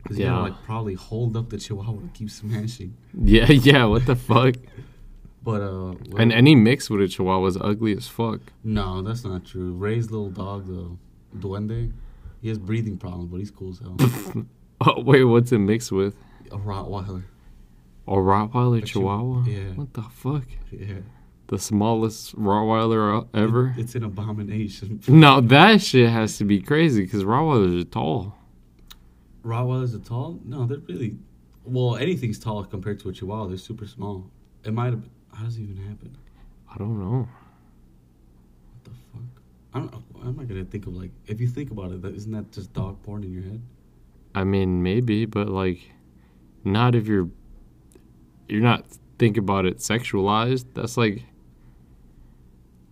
S3: Cause you
S2: Yeah.
S3: gotta like probably hold up the chihuahua to keep smashing.
S2: yeah, yeah. What the fuck?
S3: But uh, well,
S2: And any mix with a chihuahua is ugly as fuck.
S3: no, that's not true. Ray's little dog, the duende, he has breathing problems, but he's cool as hell.
S2: Oh wait, what's it mixed with?
S3: a Rottweiler.
S2: A Rottweiler
S3: chihu-
S2: Chihuahua?
S3: yeah.
S2: What the fuck?
S3: Yeah,
S2: The smallest Rottweiler o- ever?
S3: it's an abomination.
S2: No, that shit has to be crazy because Rottweilers are tall.
S3: Rottweilers are tall? No, they're really. Well, anything's tall compared to a Chihuahua. They're super small. It might have. How does it even happen?
S2: I don't know.
S3: What the fuck? I don't. I'm not gonna think of like. If you think about it, that, isn't that just dog porn in your head?
S2: I mean, maybe, but like, not if you're you're not think about it sexualized. That's like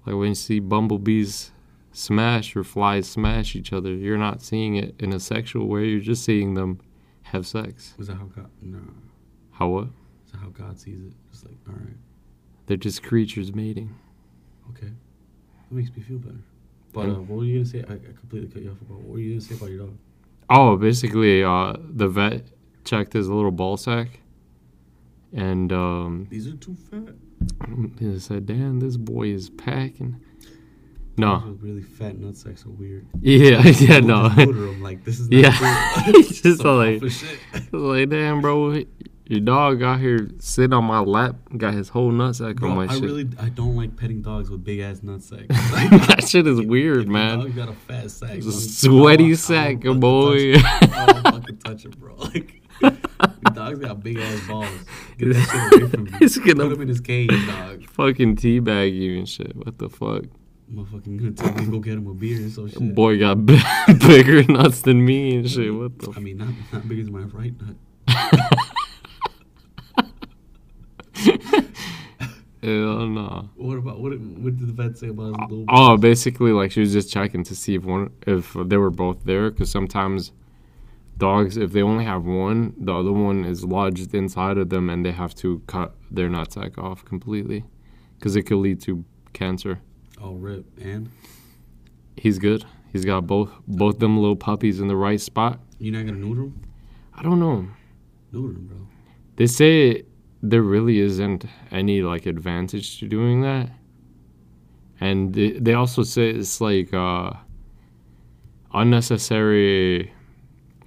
S2: like when you see bumblebees smash or flies smash each other. You're not seeing it in a sexual way. You're just seeing them have sex.
S3: Is that how God? No.
S2: How what?
S3: Is that how God sees it? It's like, all right,
S2: They're just creatures mating.
S3: okay. That makes me feel better. But uh,
S2: Mm.
S3: what were you gonna say? I, I completely cut you off about. What were you gonna say about your dog?
S2: Oh, basically, uh, the vet checked his little ball sack, and um,
S3: These are too fat.
S2: he said, "Damn, this boy is packing." No.
S3: These are really fat nutsacks are weird.
S2: Yeah, yeah,
S3: We'll
S2: no.
S3: just neuter 'em, Like this is. Not
S2: Yeah.
S3: cool.
S2: Just
S3: Some
S2: like-
S3: alpha shit.
S2: like, damn, bro, your dog out here sitting on my lap, got his whole nutsack
S3: Bro,
S2: on my
S3: I
S2: shit.
S3: really I don't like petting dogs with big ass nutsacks.
S2: that shit is weird,
S3: Dog
S2: man.
S3: got a fat sack.
S2: It's
S3: bro.
S2: a sweaty
S3: I don't- I
S2: sack,
S3: don't fucking
S2: boy.
S3: touch it. I don't fucking touch it, bro. Like, the dog's got big ass balls. Get that shit away from me.
S2: It's gonna-
S3: Put him in his cage, dog.
S2: Fucking teabag you and shit. What the fuck?
S3: Motherfucking gonna tell me to go get him a beer or some shit.
S2: Boy got b- bigger nuts than me and shit. What the
S3: I mean, not not big as my right nut.
S2: hell no.
S3: What about what? What did the vet say about his little?
S2: Oh, basically, like she was just checking to see if one, if they were both there, because sometimes dogs, if they only have one, the other one is lodged inside of them, and they have to cut their nutsack off completely, because it could lead to cancer.
S3: Oh, rip and
S2: He's good. He's got both both them little puppies in the right spot.
S3: you're not gonna neuter him?
S2: I don't know.
S3: Neuter him, bro.
S2: They say there really isn't any like advantage to doing that, and they, they also say it's like uh, unnecessary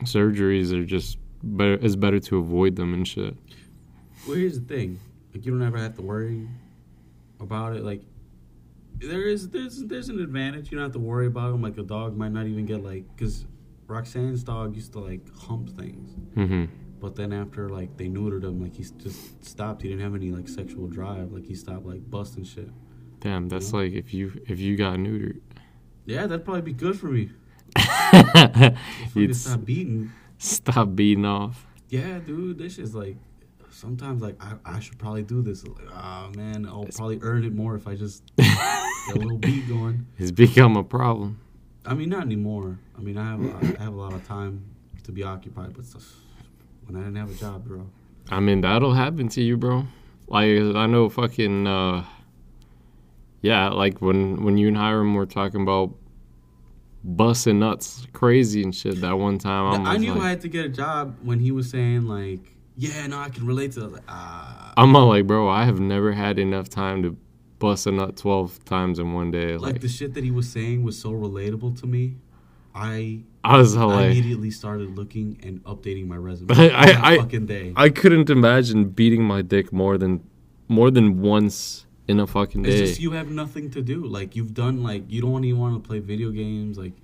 S2: surgeries are just better. It's better to avoid them and shit.
S3: Well, here's the thing. Like you don't ever have to worry about it. Like there is there's there's an advantage. You don't have to worry about him. Like a dog might not even get like because Roxanne's dog used to like hump things,
S2: Mm-hmm.
S3: but then after like they neutered him, like he just stopped. He didn't have any like sexual drive. Like he stopped like busting shit.
S2: Damn, that's like if you if you got neutered,
S3: Yeah, that'd probably be good for me. If I
S2: you'd
S3: could
S2: s-
S3: stop beating.
S2: stop beating off.
S3: Yeah, dude, this is like. Sometimes like I, I should probably do this. Like, oh man, I'll probably earn it more if I just get a little beat going.
S2: It's become a problem.
S3: I mean, not anymore. I mean, I have a- I have a lot of time to be occupied with stuff. When I didn't have a job, bro.
S2: I mean, that'll happen to you, bro. Like I know, fucking, uh, yeah. Like when when you and Hiram were talking about busting nuts crazy and shit that one time, I
S3: I
S2: was
S3: knew I
S2: like,
S3: had to get a job when he was saying like, "Yeah, no, I can relate to." That. I was like, ah,
S2: I'm all like, bro, I have never had enough time to bust a nut twelve times in one day. Like,
S3: like the shit that he was saying was so relatable to me. I,
S2: I was all
S3: I
S2: like,
S3: immediately started looking and updating my resume.
S2: I- I-
S3: that
S2: I-
S3: fucking day.
S2: I couldn't imagine beating my dick more than more than once in a fucking
S3: It's
S2: day.
S3: just you have nothing to do. Like you've done like you don't even want to play video games. Like,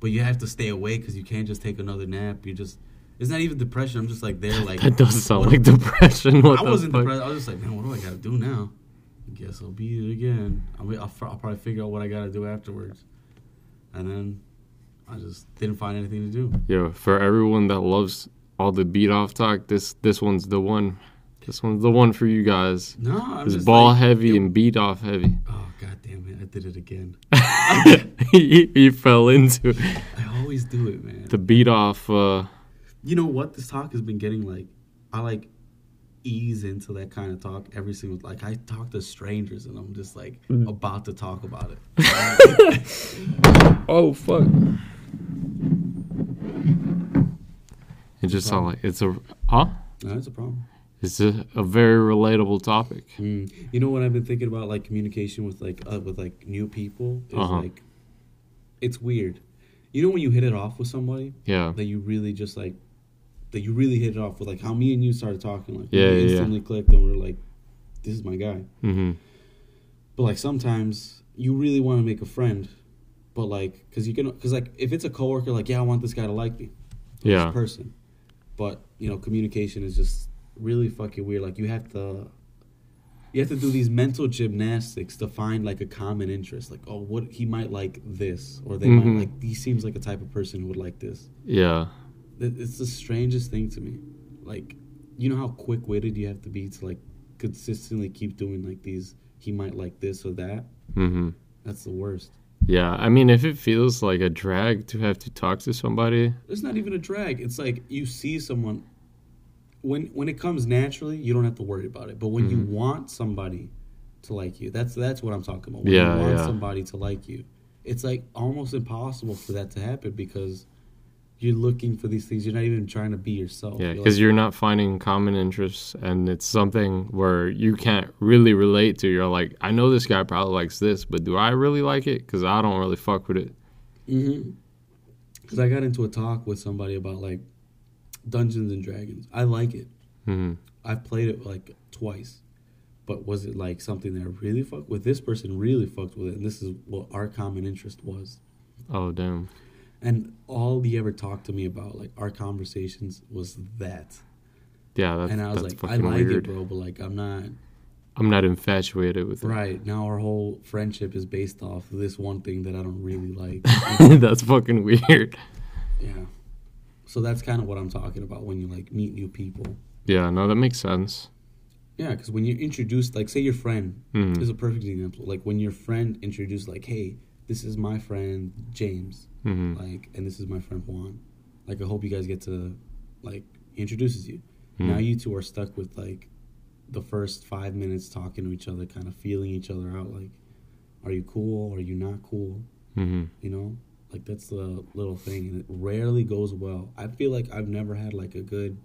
S3: but you have to stay awake because you can't just take another nap. You just it's not even depression. I'm just like there. Like
S2: that does sound
S3: what-
S2: like depression. What
S3: I
S2: the
S3: wasn't
S2: fuck?
S3: depressed. I was just like, man, what do I gotta do now? Guess I'll beat it again. I mean, I'll, fr- I'll probably figure out what I gotta do afterwards. And then I just didn't find anything to do.
S2: Yeah, for everyone that loves all the beat off talk, this this one's the one. This one's the one for you guys.
S3: No, I'm
S2: It's
S3: just
S2: ball
S3: like,
S2: heavy
S3: it-
S2: and beat off heavy.
S3: Oh god damn it! I did it again.
S2: he, he fell into
S3: I always do it, man.
S2: the beat off. Uh,
S3: You know what? This talk has been getting like, I like ease into that kind of talk every single. Like I talk to strangers and I'm just like
S2: Mm.
S3: about to talk about it.
S2: oh fuck! It just sounds like it's a huh?
S3: No, that's a problem.
S2: It's a, a very relatable topic.
S3: Mm. You know what I've been thinking about, like communication with like uh, with like new people is
S2: Uh-huh.
S3: like, it's weird. You know when you hit it off with somebody
S2: Yeah,
S3: that you really just like, that you really hit it off with, like how me and you started talking, like
S2: Yeah, yeah,
S3: we
S2: yeah.
S3: instantly clicked and we're like, this is my guy.
S2: mm-hmm.
S3: But like sometimes you really want to make a friend, but like because you can because like if it's a coworker, like yeah, I want this guy to like me, this
S2: yeah.
S3: person. But you know, communication is just really fucking weird. Like you have to. You have to do these mental gymnastics to find like a common interest. Like, oh, what he might like this, or they
S2: Mhm.
S3: might like. He seems like a type of person who would like this.
S2: Yeah,
S3: It- It's the strangest thing to me. Like, you know how quick witted you have to be to like consistently keep doing like these. He might like this or that.
S2: mm-hmm.
S3: That's the worst.
S2: yeah. I mean, if it feels like a drag to have to talk to somebody,
S3: It's not even a drag. It's like you see someone when when it comes naturally, you don't have to worry about it. But when
S2: Mm-hmm.
S3: you want somebody to like you, that's that's what I'm talking about. When
S2: Yeah,
S3: you want
S2: yeah.
S3: somebody to like you, it's like almost impossible for that to happen because you're looking for these things. You're not even trying to be yourself.
S2: Yeah,
S3: You're
S2: because
S3: like,
S2: you're not finding common interests, and it's something where you can't really relate to. You're like, I know this guy probably likes this, but do I really like it? Because I don't really fuck with it.
S3: Mm-hmm. Because I got into a talk with somebody about like Dungeons and Dragons. I like it.
S2: Mhm.
S3: I've played it like twice, but was it like something that I really fucked with? This person really fucked with it, and this is what our common interest was.
S2: Oh damn.
S3: And all he ever talked to me about, like our conversations, was that.
S2: Yeah, that's,
S3: And I was
S2: that's
S3: like, I
S2: fucking
S3: like
S2: weird.
S3: it, bro, but like I'm not
S2: I'm not infatuated with
S3: right now. Our whole friendship is based off this one thing that I don't really like.
S2: it. that's fucking weird.
S3: yeah. So that's kind of what I'm talking about when you like meet new people.
S2: Yeah, no, that makes sense.
S3: Yeah, because when you introduce, like, say your friend
S2: Mhm.
S3: is a perfect example. Like when your friend introduced, like, hey, this is my friend James,
S2: Mhm.
S3: like, and this is my friend Juan. Like, I hope you guys get to, like, he introduces you. Now you two are stuck with like the first five minutes talking to each other, kind of feeling each other out. Like, are you cool? Are you not cool?
S2: hmm
S3: You know, like that's the little thing, and it rarely goes well. I feel like I've never had like a good.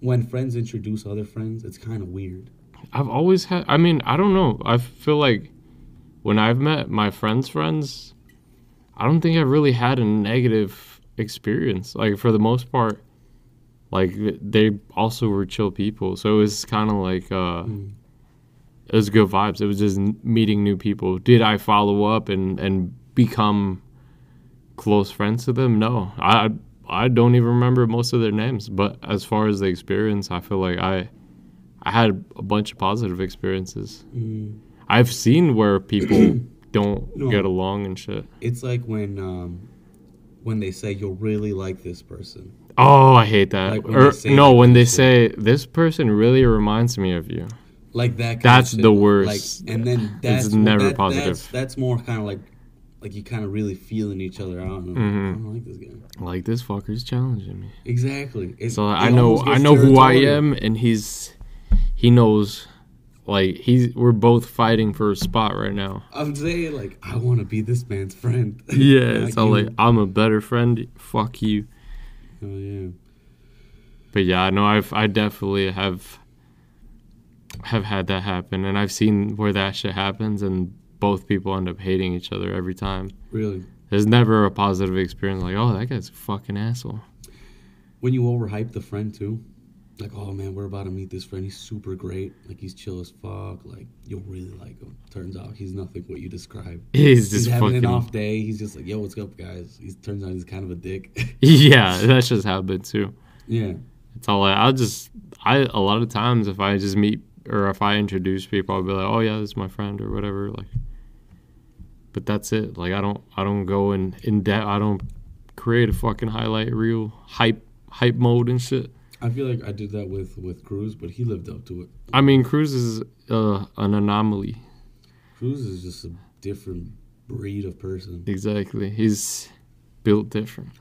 S3: When friends introduce other friends, it's kind of weird.
S2: I've always had. I mean, I don't know. I feel like when I've met my friends' friends, I don't think I've really had a negative experience. Like for the most part, like they also were chill people. So it was kind of like uh,
S3: Mm.
S2: it was good vibes. It was just n- meeting new people. Did I follow up and and become close friends to them? No, I I don't even remember most of their names. But as far as the experience, I feel like I I had a bunch of positive experiences.
S3: Mm.
S2: I've seen where people don't
S3: No.
S2: get along and shit.
S3: It's like when um, when they say you'll really like this person.
S2: Oh, I hate that.
S3: Like when
S2: or,
S3: they say
S2: no,
S3: like
S2: when
S3: that
S2: they
S3: shit.
S2: say this person really reminds me of you.
S3: like that. Kind
S2: That's
S3: of shit.
S2: the worst.
S3: Like, and then that's
S2: never
S3: that-
S2: positive.
S3: That's, that's more kind of like, like you kind of really feeling each other out. and I'm
S2: Mm-hmm.
S3: like, I don't like this guy.
S2: Like this fucker's challenging me.
S3: Exactly. It-
S2: So
S3: it
S2: I know
S3: almost
S2: I
S3: gets
S2: know who I
S3: territorial.
S2: am and he's he knows like he's we're both fighting for a spot right now.
S3: I'm saying like I want to be this man's friend.
S2: Yeah,
S3: Not
S2: so
S3: you.
S2: like I'm a better friend. Fuck you.
S3: Oh yeah.
S2: But yeah, I know I've I definitely have have had that happen and I've seen where that shit happens and both people end up hating each other every time.
S3: Really.
S2: There's never a positive experience like, oh, that guy's a fucking asshole.
S3: When you overhype the friend too. Like, oh man, we're about to meet this friend. He's super great. Like, he's chill as fuck. Like, you'll really like him. Turns out he's nothing what you described.
S2: He's just
S3: he's having
S2: fucking
S3: an off day. He's just like, yo, what's up, guys? He turns out he's kind of a dick.
S2: yeah. That's just happened too.
S3: yeah.
S2: It's all like, I'll just I a lot of times if I just meet or if I introduce people, I'll be like, oh yeah, this is my friend or whatever. Like, but that's it. Like I don't I don't go in in depth. I don't create a fucking highlight reel hype hype mode and shit.
S3: I feel like I did that with with Cruz, but he lived up to it.
S2: I mean, Cruz is uh, an anomaly.
S3: Cruz is just a different breed of person.
S2: Exactly. He's built different.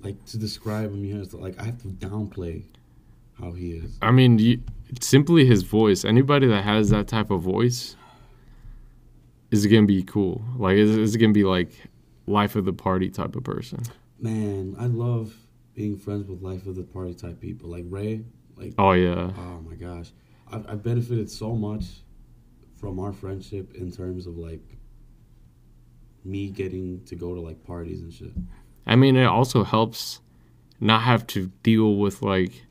S3: Like to describe him, you have to like I have to downplay how he is.
S2: I mean, you, simply his voice. Anybody that has that type of voice is gonna be cool. Like, is is gonna be like life of the party type of person.
S3: Man, I love being friends with life of the party type people. Like Ray, like
S2: Oh yeah,
S3: oh my gosh, I've, I've benefited so much from our friendship in terms of like me getting to go to like parties and shit.
S2: I mean, it also helps not have to deal with like,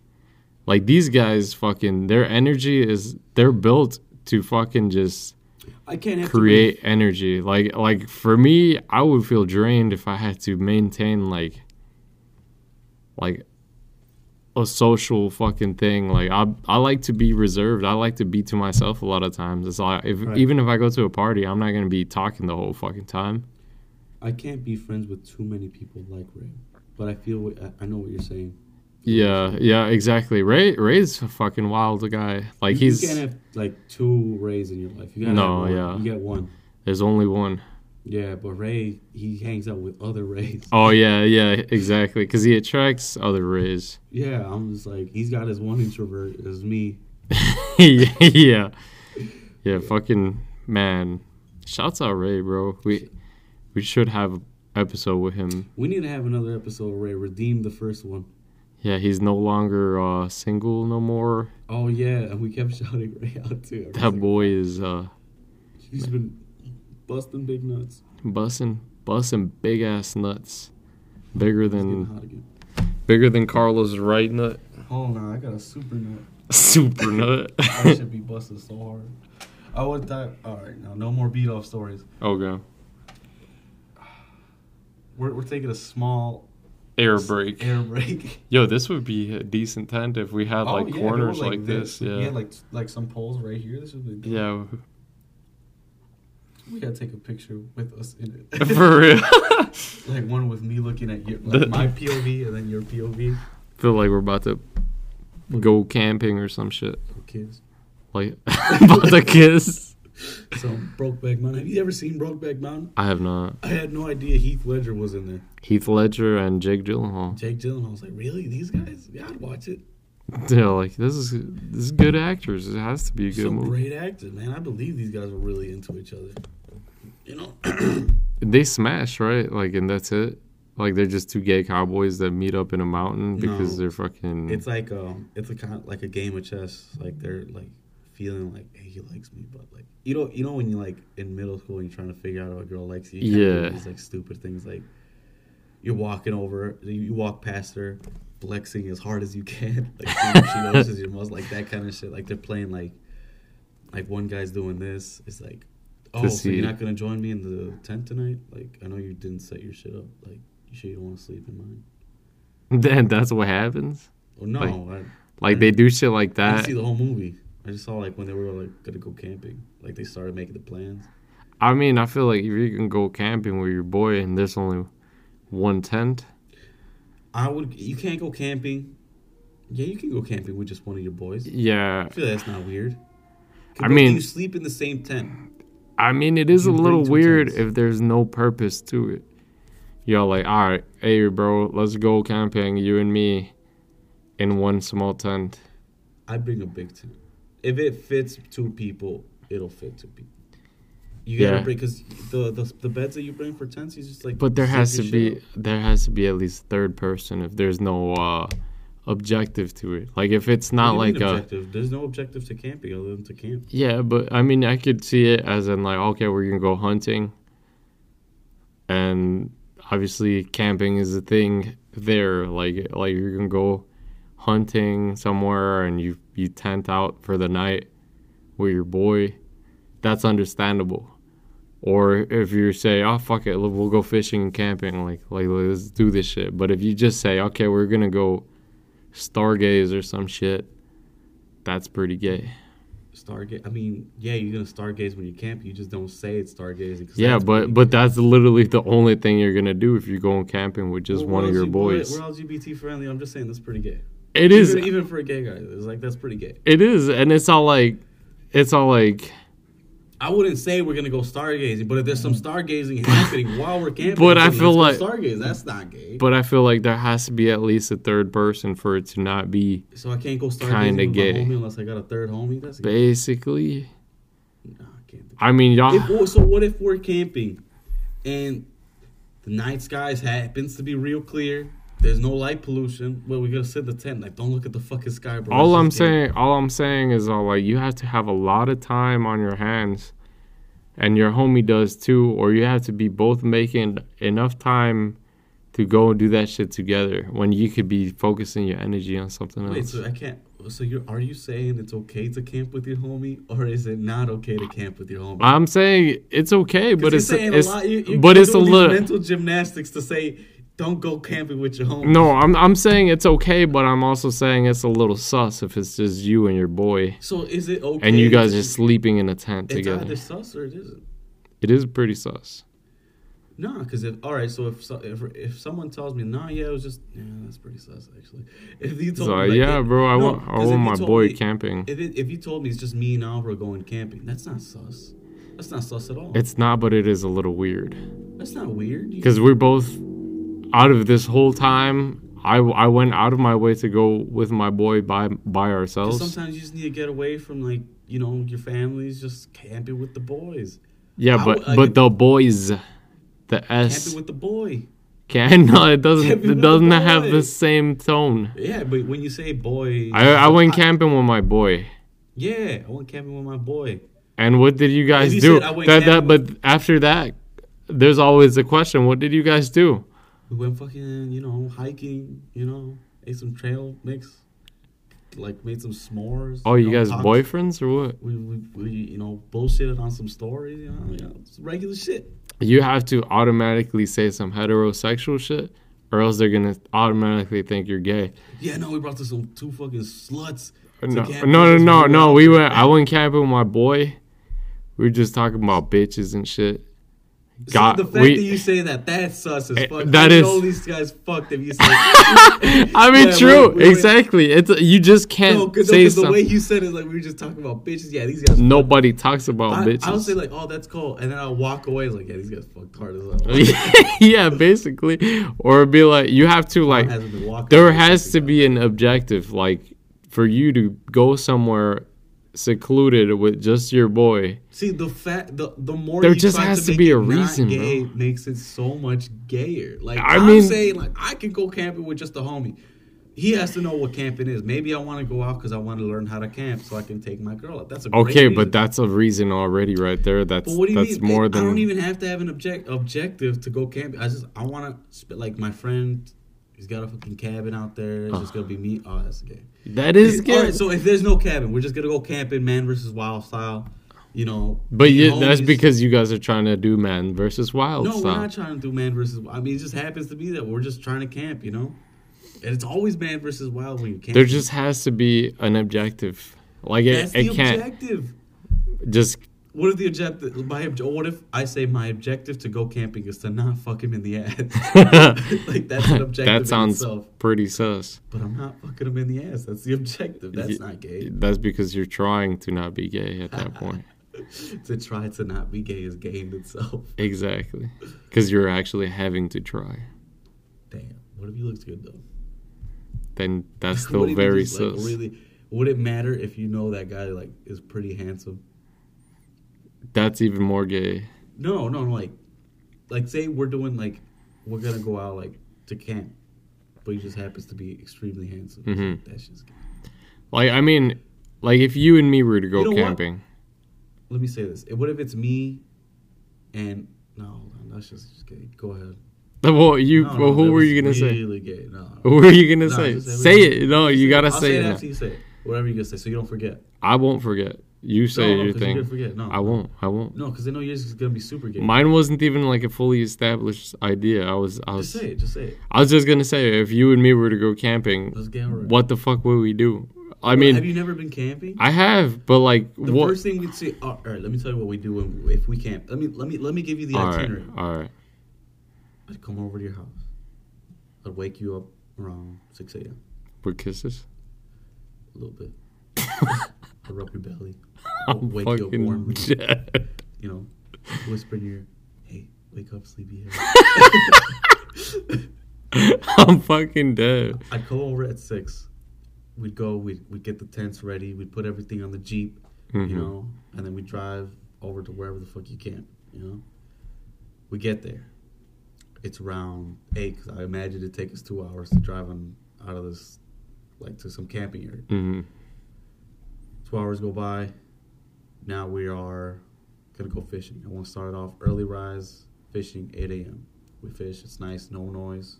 S2: like these guys. Fucking, their energy is they're built to fucking just
S3: I can't have to
S2: create energy. Like like for me, I would feel drained if I had to maintain like like a social fucking thing. Like I I like to be reserved. I like to be to myself a lot of times. It's like if
S3: Right.
S2: even if I go to a party, I'm not gonna be talking the whole fucking time.
S3: I can't be friends with too many people like Ray, but I feel what, I- I know what you're saying.
S2: Yeah, yeah, exactly. Ray Ray's a fucking wild guy. Like
S3: you,
S2: he's
S3: you can't have like two Rays in your life. You gotta
S2: No,
S3: have one.
S2: yeah.
S3: you get one.
S2: there's only one.
S3: Yeah, but Ray he hangs out with other Rays.
S2: Oh yeah, yeah, exactly. Because he attracts other Rays.
S3: Yeah, I'm just like he's got his one introvert as me.
S2: yeah. Yeah, fucking man. Shouts out Ray, bro. We we should have an episode with him.
S3: We need to have another episode where Ray redeemed the first one.
S2: Yeah, he's no longer uh single no more.
S3: Oh yeah, and we kept shouting Ray out too. I was
S2: That
S3: like,
S2: boy is uh
S3: He's been busting big nuts.
S2: bussin' bussin' big ass nuts. Bigger
S3: He's getting
S2: than
S3: hot again.
S2: bigger than Carlos right nut.
S3: Oh no, I got a super nut.
S2: Super nut.
S3: I should be busted so hard. I would die. All right, now no more beat off stories.
S2: okay.
S3: We're, we're taking a small
S2: Air break.
S3: air break.
S2: Yo, this would be a decent tent if we had like
S3: Oh, yeah, if it
S2: corners
S3: was
S2: like, this. Yeah. Yeah.
S3: like like some poles right here. This would be. We gotta take a picture with us in it.
S2: For real.
S3: like one with me looking at your like my POV and then your POV.
S2: feel like we're about to go camping or some shit.
S3: For kids.
S2: Like about to kiss.
S3: So Brokeback Mountain. Have you ever seen Brokeback Mountain?
S2: I have not.
S3: I had no idea Heath Ledger was in there.
S2: Heath Ledger and Jake Gyllenhaal.
S3: Jake Gyllenhaal was like, really? These guys? Yeah, I'd watch it.
S2: They're like this is this is good actors. It has to be a good
S3: Some
S2: movie.
S3: great actors, man. I believe these guys are really into each other. You know,
S2: They smash right, like, and that's it. Like they're just two gay cowboys that meet up in a mountain because
S3: No.
S2: they're fucking.
S3: it's like um, it's a kind of like a game of chess. Like they're like feeling like, hey, he likes me, but like you know, you know when you like in middle school and you're trying to figure out if a girl likes you. you kinda do
S2: Yeah.
S3: These like stupid things like. You're walking over, you walk past her, flexing as hard as you can. Like seeing if she notices your muscle, like that kind of shit. Like they're playing like, like one guy's doing this. It's like, oh, so
S2: see.
S3: you're not gonna join me in the tent tonight? Like I know you didn't set your shit up. Like you sure you don't want to sleep in mine?
S2: Then that's what happens.
S3: Oh no,
S2: Like,
S3: I,
S2: Like they do shit like
S3: I
S2: that.
S3: didn't see the whole movie. I just saw like when they were like gonna go camping. Like they started making the plans.
S2: I mean, I feel like if you can go camping with your boy and there's only one tent,
S3: I would. You can't go camping. Yeah, you can go camping with just one of your boys.
S2: yeah.
S3: I feel that's not weird.
S2: I mean-
S3: you sleep in the same tent.
S2: I mean, it is a
S3: You bring
S2: little
S3: two
S2: weird
S3: tents.
S2: if there's no purpose to it. Y'all like, all right, hey, bro, let's go camping, you and me, in one small tent.
S3: I bring a big tent. If it fits two people, it'll fit two people. You gotta
S2: Yeah.
S3: bring because the, the the beds that you bring for tents, you just like.
S2: But there
S3: zip
S2: has to
S3: your
S2: be
S3: shit up.
S2: there has to be at least third person if there's no uh, objective to it. Like if it's
S3: What
S2: not
S3: do you mean
S2: like a
S3: objective. There's no objective to camping other than to camp.
S2: yeah, but I mean I could see it as in like okay, we're gonna go hunting, and obviously camping is a thing there. Like like you're gonna go hunting somewhere and you you tent out for the night with your boy. That's understandable. Or if you say, "Oh fuck it, we'll go fishing and camping," like like let's do this shit. But if you just say, "Okay, we're gonna go stargaze or some shit," that's pretty gay.
S3: Stargaze. I mean, yeah, you're gonna stargaze when you camp. You just don't say it's stargazing. 'cause
S2: Yeah,
S3: that's
S2: but
S3: pretty
S2: but
S3: gay.
S2: that's literally the only thing you're gonna do if you're going camping with just
S3: We're-
S2: one
S3: we're
S2: of your
S3: LGBT
S2: boys.
S3: We're LGBT friendly. I'm just saying that's pretty gay.
S2: It is
S3: even, even for a gay guy. It's like that's pretty gay.
S2: it is, and it's all like it's all like.
S3: I wouldn't say we're gonna go stargazing, but if there's some stargazing happening while we're camping,
S2: But I
S3: let's
S2: feel
S3: go
S2: like-
S3: stargaze. That's not gay.
S2: But I feel like there has to be at least a third person for it to not be
S3: so I can't go stargazing
S2: Kinda
S3: with
S2: gay.
S3: my homie unless I got a third homie. That's gay.
S2: basically.
S3: Nah, I can't. do
S2: I mean, y'all.
S3: If, well, so what if we're camping, and the night skies happens to be real clear? There's no light pollution. Well, we gotta sit in the tent. Like, don't look at the fucking sky, bro.
S2: all
S3: It's
S2: I'm
S3: just gay.
S2: saying, all I'm saying is, all like you have to have a lot of time on your hands, and your homie does too, or you have to be both making enough time to go and do that shit together when you could be focusing your energy on something
S3: Wait,
S2: else.
S3: so I can't. So you're are you saying it's okay to camp with your homie, or is it not okay to camp with your homie?
S2: I'm saying it's okay, but Uh,
S3: you're
S2: it's
S3: saying
S2: it's
S3: a lot. You, you
S2: but
S3: keep
S2: it's a
S3: doing these
S2: little.
S3: mental gymnastics to say don't go camping with your homie.
S2: no, I'm I'm saying it's okay, but I'm also saying it's a little sus if it's just you and your boy,
S3: So is it okay?
S2: and you guys
S3: to-
S2: are sleeping in a tent
S3: it's
S2: together.
S3: either sus or it isn't.
S2: It is pretty sus.
S3: No, because if all right, so if so, if if someone tells me nah, yeah, it was just yeah, that's pretty sus actually. If you told
S2: So
S3: me, like,
S2: yeah,
S3: it-
S2: bro, I
S3: no,
S2: want I
S3: 'cause if
S2: want
S3: you
S2: my
S3: told
S2: boy
S3: me-
S2: camping.
S3: If it, if you told me it's just me and Alvaro going camping, that's not sus. That's not sus at all.
S2: It's not, but it is a little weird
S3: that's not weird. You-
S2: because we're both out of this whole time. I, I went out of my way to go with my boy by by
S3: Because
S2: ourselves.
S3: sometimes you just need to get away from like you know your families, just camping with the boys,
S2: yeah,
S3: I
S2: but
S3: would- like
S2: but
S3: if-
S2: the boys, the
S3: camping
S2: S
S3: with the boy.
S2: can no, it doesn't
S3: Camping with
S2: it
S3: the
S2: doesn't have the
S3: boy.
S2: same tone.
S3: Yeah, but when you say boy,
S2: I I went camping with my boy,
S3: yeah, I went camping with my boy.
S2: and what did you guys
S3: you
S2: do?
S3: said I went
S2: That that
S3: camping
S2: but after that, there's always the question: What did you guys do?
S3: We went fucking, you know, hiking. You know, ate some trail mix, like made some s'mores.
S2: Oh, you
S3: know,
S2: guys
S3: talked-
S2: boyfriends or what?
S3: We, we, we you know bullshitted on some stories. You know, you know it's regular shit.
S2: you have to automatically say some heterosexual shit or else they're gonna automatically think you're gay.
S3: Yeah, no, we brought to some two fucking sluts. to
S2: No, no,
S3: camping.
S2: no,
S3: That's
S2: no,
S3: what
S2: no. We went. I went camping with my boy. We were just talking about bitches and shit.
S3: So
S2: God,
S3: the fact
S2: we-
S3: that you say that that's sus as
S2: Eh,
S3: fuck.
S2: that
S3: I
S2: is-
S3: know these guys fucked if you say
S2: I mean,
S3: Yeah,
S2: true,
S3: we- we went-
S2: exactly. It's you just can't
S3: no, because
S2: say
S3: the way
S2: something.
S3: you said it, like we were just talking about bitches. Yeah, these guys.
S2: Nobody talks about
S3: I,
S2: bitches.
S3: I'll say like, oh, that's cool, and then I'll walk away like, yeah, these guys fucked hard as well.
S2: yeah, basically, or be like, you have to like.
S3: hasn't been walking
S2: There
S3: away
S2: has
S3: since
S2: to
S3: we
S2: be an objective, like for you to go somewhere secluded with just your boy.
S3: See the fact, the the more
S2: There
S3: you
S2: just
S3: try
S2: has to
S3: make
S2: be
S3: it
S2: a
S3: not
S2: reason,
S3: gay
S2: bro.
S3: makes it so much gayer. Like
S2: I
S3: I am
S2: mean-
S3: saying, like I can go camping with just a homie. He has to know what camping is. Maybe I want to go out because I want to learn how to camp so I can take my girl out. That's a great
S2: Okay, but
S3: reason.
S2: that's a reason already right there. That's
S3: But what do you
S2: that's
S3: mean?
S2: more
S3: I
S2: than
S3: don't even have to have an object objective to go camping. I just I want to like my friend. He's got a fucking cabin out there. It's just gonna be me. Oh, that's gay.
S2: that is
S3: All
S2: good.
S3: right, so if there's no cabin, we're just gonna go camping, man versus wild style. You know.
S2: but you,
S3: homies.
S2: that's because you guys are trying to do man versus wild
S3: No, we're
S2: style.
S3: not trying to do man versus. I mean, it just happens to be that we're just trying to camp. You know. And it's always man versus wild when you camp.
S2: there just has to be an objective. Like
S3: that's
S2: it,
S3: the
S2: it can't
S3: objective.
S2: just
S3: What if the objective? My obje- what if I say my objective to go camping is to not fuck him in the ass? like that's an objective.
S2: that sounds
S3: In itself.
S2: pretty sus.
S3: But I'm not fucking him in the ass. That's the objective. That's
S2: Ye-
S3: not gay.
S2: That's because you're trying to not be gay at that point.
S3: To try to not be gay is gay in itself.
S2: exactly. Because you're actually having to try.
S3: Damn. What if he looks good though?
S2: Then that's
S3: What
S2: still
S3: if he
S2: very
S3: just, like,
S2: sus.
S3: really, would it matter if you know that guy like is pretty handsome?
S2: That's even more gay.
S3: No, no, no. Like, like say we're doing like we're gonna go out like to camp, but he just happens to be extremely handsome.
S2: Mhm.
S3: That's just gay.
S2: Like I mean, like if you and me were to go
S3: You know what?
S2: camping,
S3: Let me say this. What if it's me and no, hold on, that's just just gay. Go ahead.
S2: well, you
S3: No,
S2: well,
S3: no, that
S2: who were
S3: was
S2: you gonna say?
S3: Really gay. No.
S2: Who were you gonna
S3: No,
S2: say?
S3: just say
S2: Say
S3: what you-
S2: it. No, you gotta
S3: I'll
S2: say
S3: it
S2: it. now.
S3: after you say it. Whatever you gonna say, so you don't forget.
S2: I won't forget. You say
S3: no,
S2: your
S3: 'cause you're gonna
S2: thing.
S3: forget. No,
S2: I won't. I won't.
S3: No, because I know yours is gonna be super gay.
S2: Mine wasn't even like a fully established idea. I was I
S3: just
S2: was
S3: say it. Just say it.
S2: I was just gonna say if you and me were to go camping,
S3: Let's get right.
S2: what the fuck would we do? I
S3: have
S2: mean,
S3: you never been camping?
S2: I have, but like,
S3: the
S2: what?
S3: first thing we'd see. oh, all right, let me tell you what we do when, if we camp. Let me let me let me give you the
S2: all right,
S3: itinerary.
S2: all right.
S3: I'd come over to your house. I'd wake you up around six a.m.
S2: With kisses?
S3: a little bit. I'd rub your belly.
S2: I'm
S3: wake you up
S2: Oh, fucking
S3: warmly.
S2: dead.
S3: You know, whisper in your ear, "Hey, wake up, sleepyhead."
S2: I'm fucking dead.
S3: I'd come over at six. We'd go. We'd we'd get the tents ready. We'd put everything on the jeep,
S2: Mhm.
S3: you know, and then we drive over to wherever the fuck you camp, you know. We get there. It's around eight 'cause I imagine it take us two hours to drive on out of this, like to some camping area.
S2: hmm
S3: Two hours go by. Now we are gonna go fishing. I want to start it off early rise fishing, 8 a.m. We fish. It's nice, no noise.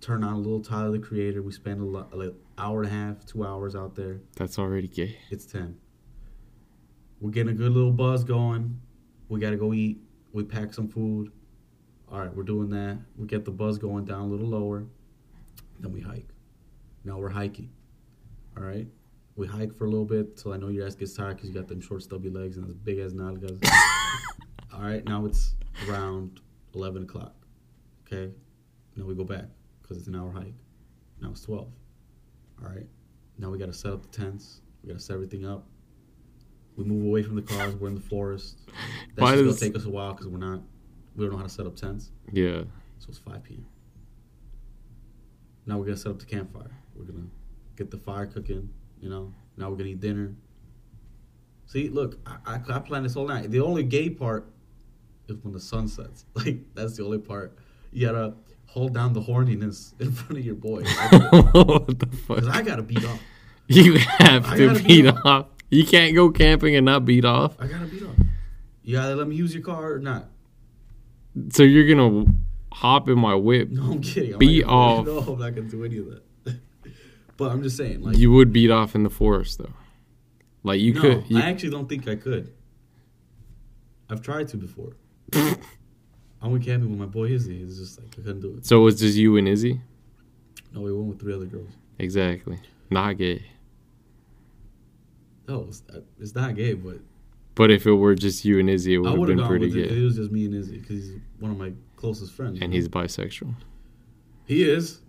S3: Turn on a little Tyler the Creator. We spend a lo- like hour and a half, two hours out there.
S2: That's already gay.
S3: It's 10. We're getting a good little buzz going. We gotta go eat. We pack some food. All right, we're doing that. We get the buzz going down a little lower. Then we hike. Now we're hiking. All right. We hike for a little bit till I know your ass gets tired because you got them short, stubby legs and those big ass nalgas. All right. Now it's around 11 o'clock. Okay. Now we go back because it's an hour hike. Now it's 12. All right. Now we got to set up the tents. We got to set everything up. We move away from the cars. We're in the forest. That's
S2: Why
S3: just going
S2: does-
S3: to take us a while because we're not, we don't know how to set up tents.
S2: Yeah.
S3: So it's 5 p.m. Now we're gonna set up the campfire. We're gonna get the fire cooking. You know. Now we're gonna eat dinner. See, look, I, I, I planned this all night. The only gay part is when the sun sets. Like that's the only part. You gotta hold down the horniness in front of your boy.
S2: what the
S3: Cause
S2: fuck?
S3: I gotta beat off.
S2: You have
S3: I
S2: to
S3: gotta
S2: beat
S3: do it.
S2: off. You can't go camping and not beat off.
S3: I gotta beat off. You gotta let me use your car or not.
S2: So you're gonna hop in my whip.
S3: No, I'm kidding. I'm
S2: Beat
S3: not gonna-
S2: off.
S3: No, I'm not gonna do any of that. but I'm just saying, like,
S2: You would beat off in the forest though. Like you
S3: no,
S2: could. You,
S3: I actually don't think I could. I've tried to before. I went camping with my boy Izzy. It's just like I couldn't do it.
S2: so it's just you and Izzy.
S3: No, we went with three other girls.
S2: Exactly. Not gay.
S3: No, it's, it's not gay, but
S2: But if it were just you and Izzy, it
S3: I
S2: would have
S3: would have
S2: been
S3: gone
S2: pretty
S3: with it. if
S2: gay.
S3: It was just me and Izzy because he's one of my closest friends.
S2: And he's bisexual,
S3: he is.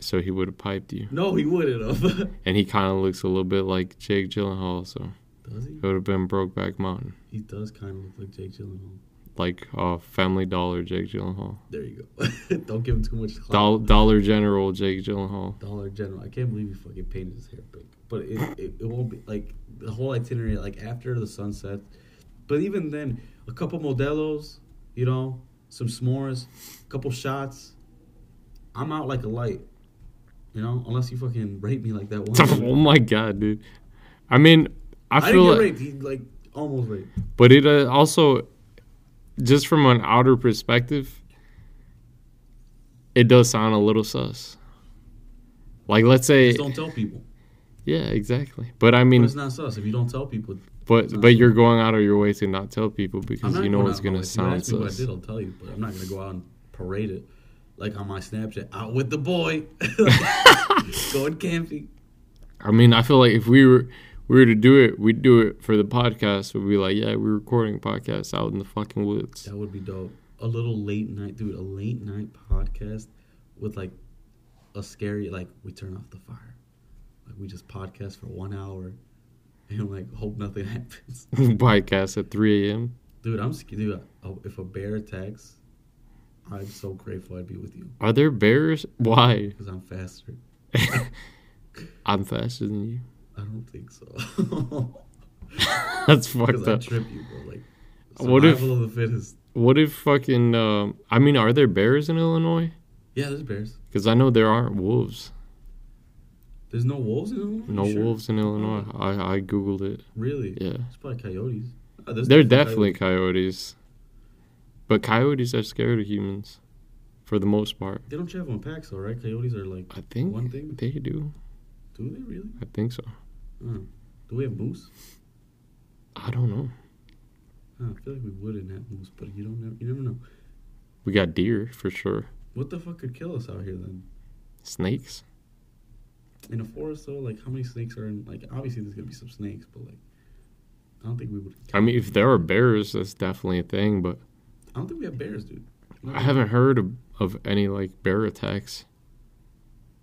S2: so he would have piped you.
S3: No, he wouldn't have.
S2: And he kind of looks a little bit like Jake Gyllenhaal, so
S3: does he?
S2: it would have been Brokeback Mountain,
S3: He does kind of look like Jake Gyllenhaal.
S2: like uh, Family Dollar Jake Gyllenhaal,
S3: There you go. don't give him too much. clout.
S2: Doll- Dollar General Jake Gyllenhaal.
S3: Dollar General. I can't believe he fucking painted his hair pink. But it, it, it won't be like the whole itinerary, like after the sunset. But even then, a couple modelos, you know, some s'mores, couple shots. I'm out like a light. You know, unless you fucking rape me like that one.
S2: oh my god, dude. I mean, I
S3: I
S2: feel
S3: didn't get
S2: like,
S3: raped. He like almost raped.
S2: but it uh, also just from an outer perspective, it does sound a little sus. Like let's say,
S3: Just don't tell people.
S2: yeah, exactly. But I
S3: But
S2: mean,
S3: it's not sus if you don't tell people.
S2: but
S3: not-
S2: but you're going out of your way to not tell people
S3: I'm
S2: because
S3: not
S2: you know
S3: going
S2: it's
S3: out-
S2: gonna
S3: if you
S2: sound
S3: ask me what I
S2: sus.
S3: did, I'll tell you. But I'm not gonna go out and parade it like on my Snapchat. Out with the boy, going camping.
S2: I mean, I feel like if we were we were to do it, we'd do it for the podcast. We'd be like, yeah, we're recording a podcast out in the fucking woods.
S3: That would be dope. A little late night, dude. A late night podcast with like a scary, like we turn off the fire, like we just podcast for one hour, and like hope nothing happens.
S2: podcast at 3 a.m.
S3: Dude, I'm scared. Dude, uh, if a bear attacks, I'm so grateful I'd be with you
S2: Are there bears? Why?
S3: because I'm faster.
S2: I'm faster than you.
S3: I don't think so.
S2: That's fucked
S3: Because I
S2: up.
S3: trip you, bro. Like survival
S2: What if-
S3: of the fittest.
S2: What if fucking? Um, I mean, are there bears in Illinois?
S3: Yeah, there's bears.
S2: Because I know there aren't wolves.
S3: There's no wolves in Illinois. You
S2: No
S3: sure?
S2: wolves in Illinois. I, I googled it.
S3: Really?
S2: Yeah,
S3: It's probably coyotes. Oh, there's
S2: they're definitely coyotes. But coyotes are scared of humans, for the most part.
S3: They don't travel in packs, though, right? Coyotes are like.
S2: I think
S3: One thing-
S2: they do.
S3: Do they really?
S2: I think so.
S3: Oh. Do we have moose?
S2: I don't know.
S3: Oh, I feel like we wouldn't have moose, but you don't. Never, you never know.
S2: We got deer for sure.
S3: What the fuck could kill us out here then?
S2: Snakes.
S3: In a forest, though, like how many snakes are in? Like obviously there's gonna be some snakes, but like I don't think we would.
S2: I mean, if there are bears, that's definitely a thing. But
S3: I don't think we have bears, dude.
S2: I haven't heard of, of any like bear attacks.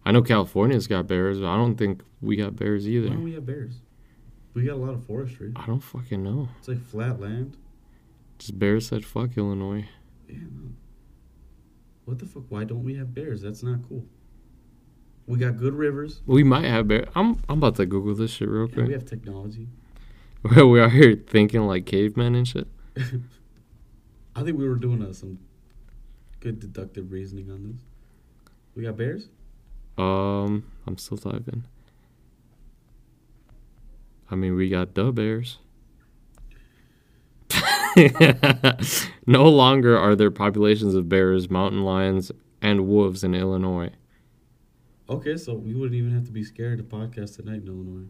S2: I know California's got bears, but I don't think we got bears
S3: Why
S2: either.
S3: don't we have bears? We got a lot of forestry.
S2: I don't fucking know.
S3: It's like flat land.
S2: Just bears said fuck Illinois.
S3: Yeah, no. What the fuck? Why don't we have bears? That's not cool. We got good rivers.
S2: We might have bear. I'm I'm about to Google this shit real
S3: and we
S2: quick.
S3: have technology.
S2: Well, we are here thinking like cavemen and shit.
S3: I think we were doing uh, some good deductive reasoning on this. We got bears.
S2: Um, I'm still typing. I mean, we got the bears. no longer are there populations of bears, mountain lions, and wolves in Illinois.
S3: Okay, so we wouldn't even have to be scared to podcast tonight in Illinois.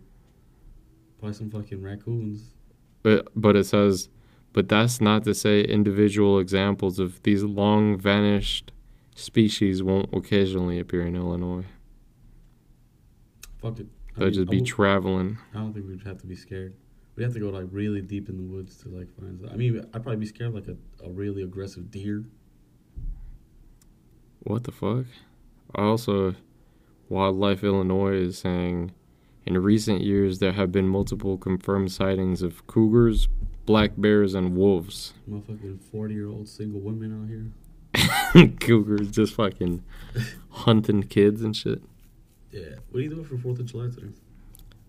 S3: Probably some fucking raccoons.
S2: But but it says, but that's not to say individual examples of these long vanished species won't occasionally appear in Illinois.
S3: Fuck it. I
S2: They'll
S3: mean, oh.
S2: just
S3: I
S2: be
S3: wo-
S2: traveling.
S3: I don't think we'd have to be scared. We'd have to go like really deep in the woods to like find. I mean, I'd probably be scared of, like a, a really aggressive deer.
S2: What the fuck? Also, Wildlife Illinois is saying in recent years there have been multiple confirmed sightings of cougars, black bears, and wolves.
S3: Motherfucking 40 year old single women out here.
S2: cougars just fucking hunting kids and shit.
S3: Yeah. What are you doing for 4th of July today?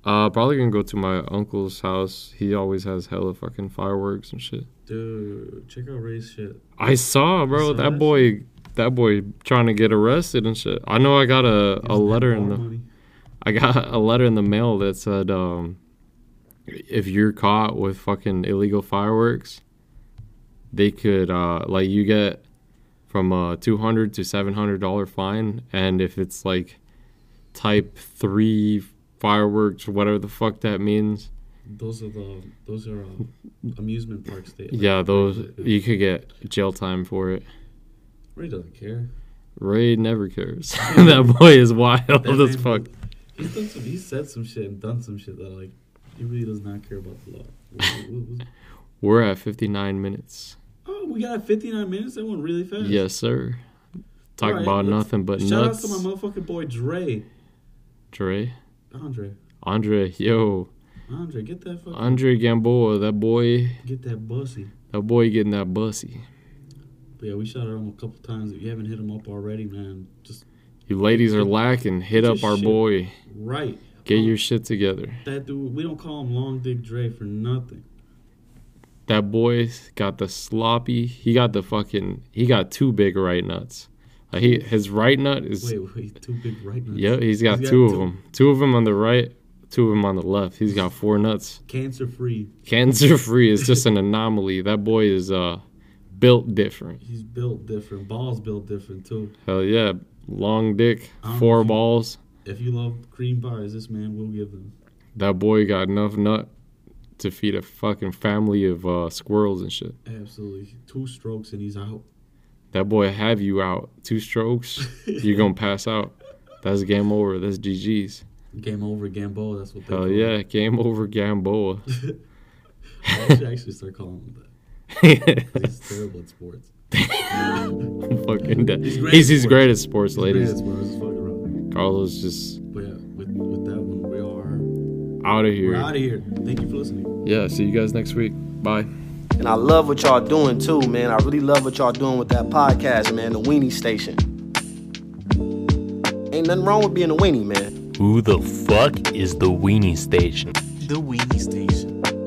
S2: Uh, probably gonna go to my uncle's house. He always has hella fucking fireworks and shit.
S3: Dude, check out Ray's shit.
S2: I saw, bro,
S3: saw that
S2: that,
S3: shit?
S2: boy, that boy trying to get arrested and shit. I know I got a, a letter in the. I got a letter in the mail that said, um, if you're caught with fucking illegal fireworks, they could uh, like you get from a two hundred to seven hundred dollar fine, and if it's like type three fireworks, whatever the fuck that means,
S3: Those are the those are uh, amusement parks. They, like,
S2: yeah, those you could get jail time for it.
S3: Ray doesn't care.
S2: Ray never cares. that boy is wild
S3: That
S2: as
S3: man-
S2: Oh, fuck.
S3: He's done some. He's said some shit and done some shit that like he really does not care about the law. What- what was-
S2: We're at fifty nine minutes.
S3: oh, we got 59 minutes. That went really fast.
S2: Yes, sir. Talk
S3: Alright,
S2: about
S3: let's-
S2: nothing but
S3: Shout
S2: nuts.
S3: out to my motherfucking boy Dre.
S2: Dre,
S3: Andre,
S2: Andre, yo,
S3: Andre, get that fucking
S2: Andre Gamboa, that boy,
S3: get that bussy.
S2: that boy getting that bussy.
S3: But yeah, we shouted him a couple times. If you haven't hit him up already, man, just
S2: You ladies are lacking. Hit
S3: Get
S2: up
S3: your
S2: our
S3: shit.
S2: boy.
S3: right.
S2: Get
S3: Um,
S2: your shit together.
S3: That dude, we don't call him Long Dick Dre for nothing.
S2: That boy got the sloppy. He got the fucking. He got two big right nuts. Uh, he his right nut is
S3: Wait, wait, two big right nuts.
S2: yeah. He's got two of them. Two of them on the right. Two of them on the left. He's got four nuts.
S3: Cancer free.
S2: Cancer free is just an anomaly. That boy is uh built different.
S3: He's built different. Balls built different too.
S2: Hell yeah. Long dick,
S3: I'm
S2: four
S3: with you.
S2: balls.
S3: If you love cream pies, this man will give them.
S2: That boy got enough nut to feed a fucking family of uh, squirrels and shit.
S3: Absolutely. Two strokes and he's out.
S2: That boy have you out two strokes, you're gonna pass out. That's game over. That's GG's.
S3: Game over, Gamboa. That's what they
S2: Hell
S3: call
S2: yeah, game over Gamboa.
S3: it. I should actually start calling him that. 'cause He's terrible at sports.
S2: fucking dead.
S3: He's
S2: He's,
S3: great at
S2: he's
S3: sports.
S2: great at sports, ladies.
S3: He's bad at sports, he's fucking wrong.
S2: Carlos just
S3: But yeah, with, with that one, we are
S2: out of
S3: we're
S2: here.
S3: out of here. Thank you for listening.
S2: Yeah, see you guys next week. Bye.
S1: And I love what y'all doing too, man. I really love what y'all doing with that podcast, man, the Weenie Station. Ain't nothing wrong with being a weenie, man.
S4: Who the fuck is the weenie station?
S5: The Weenie Station.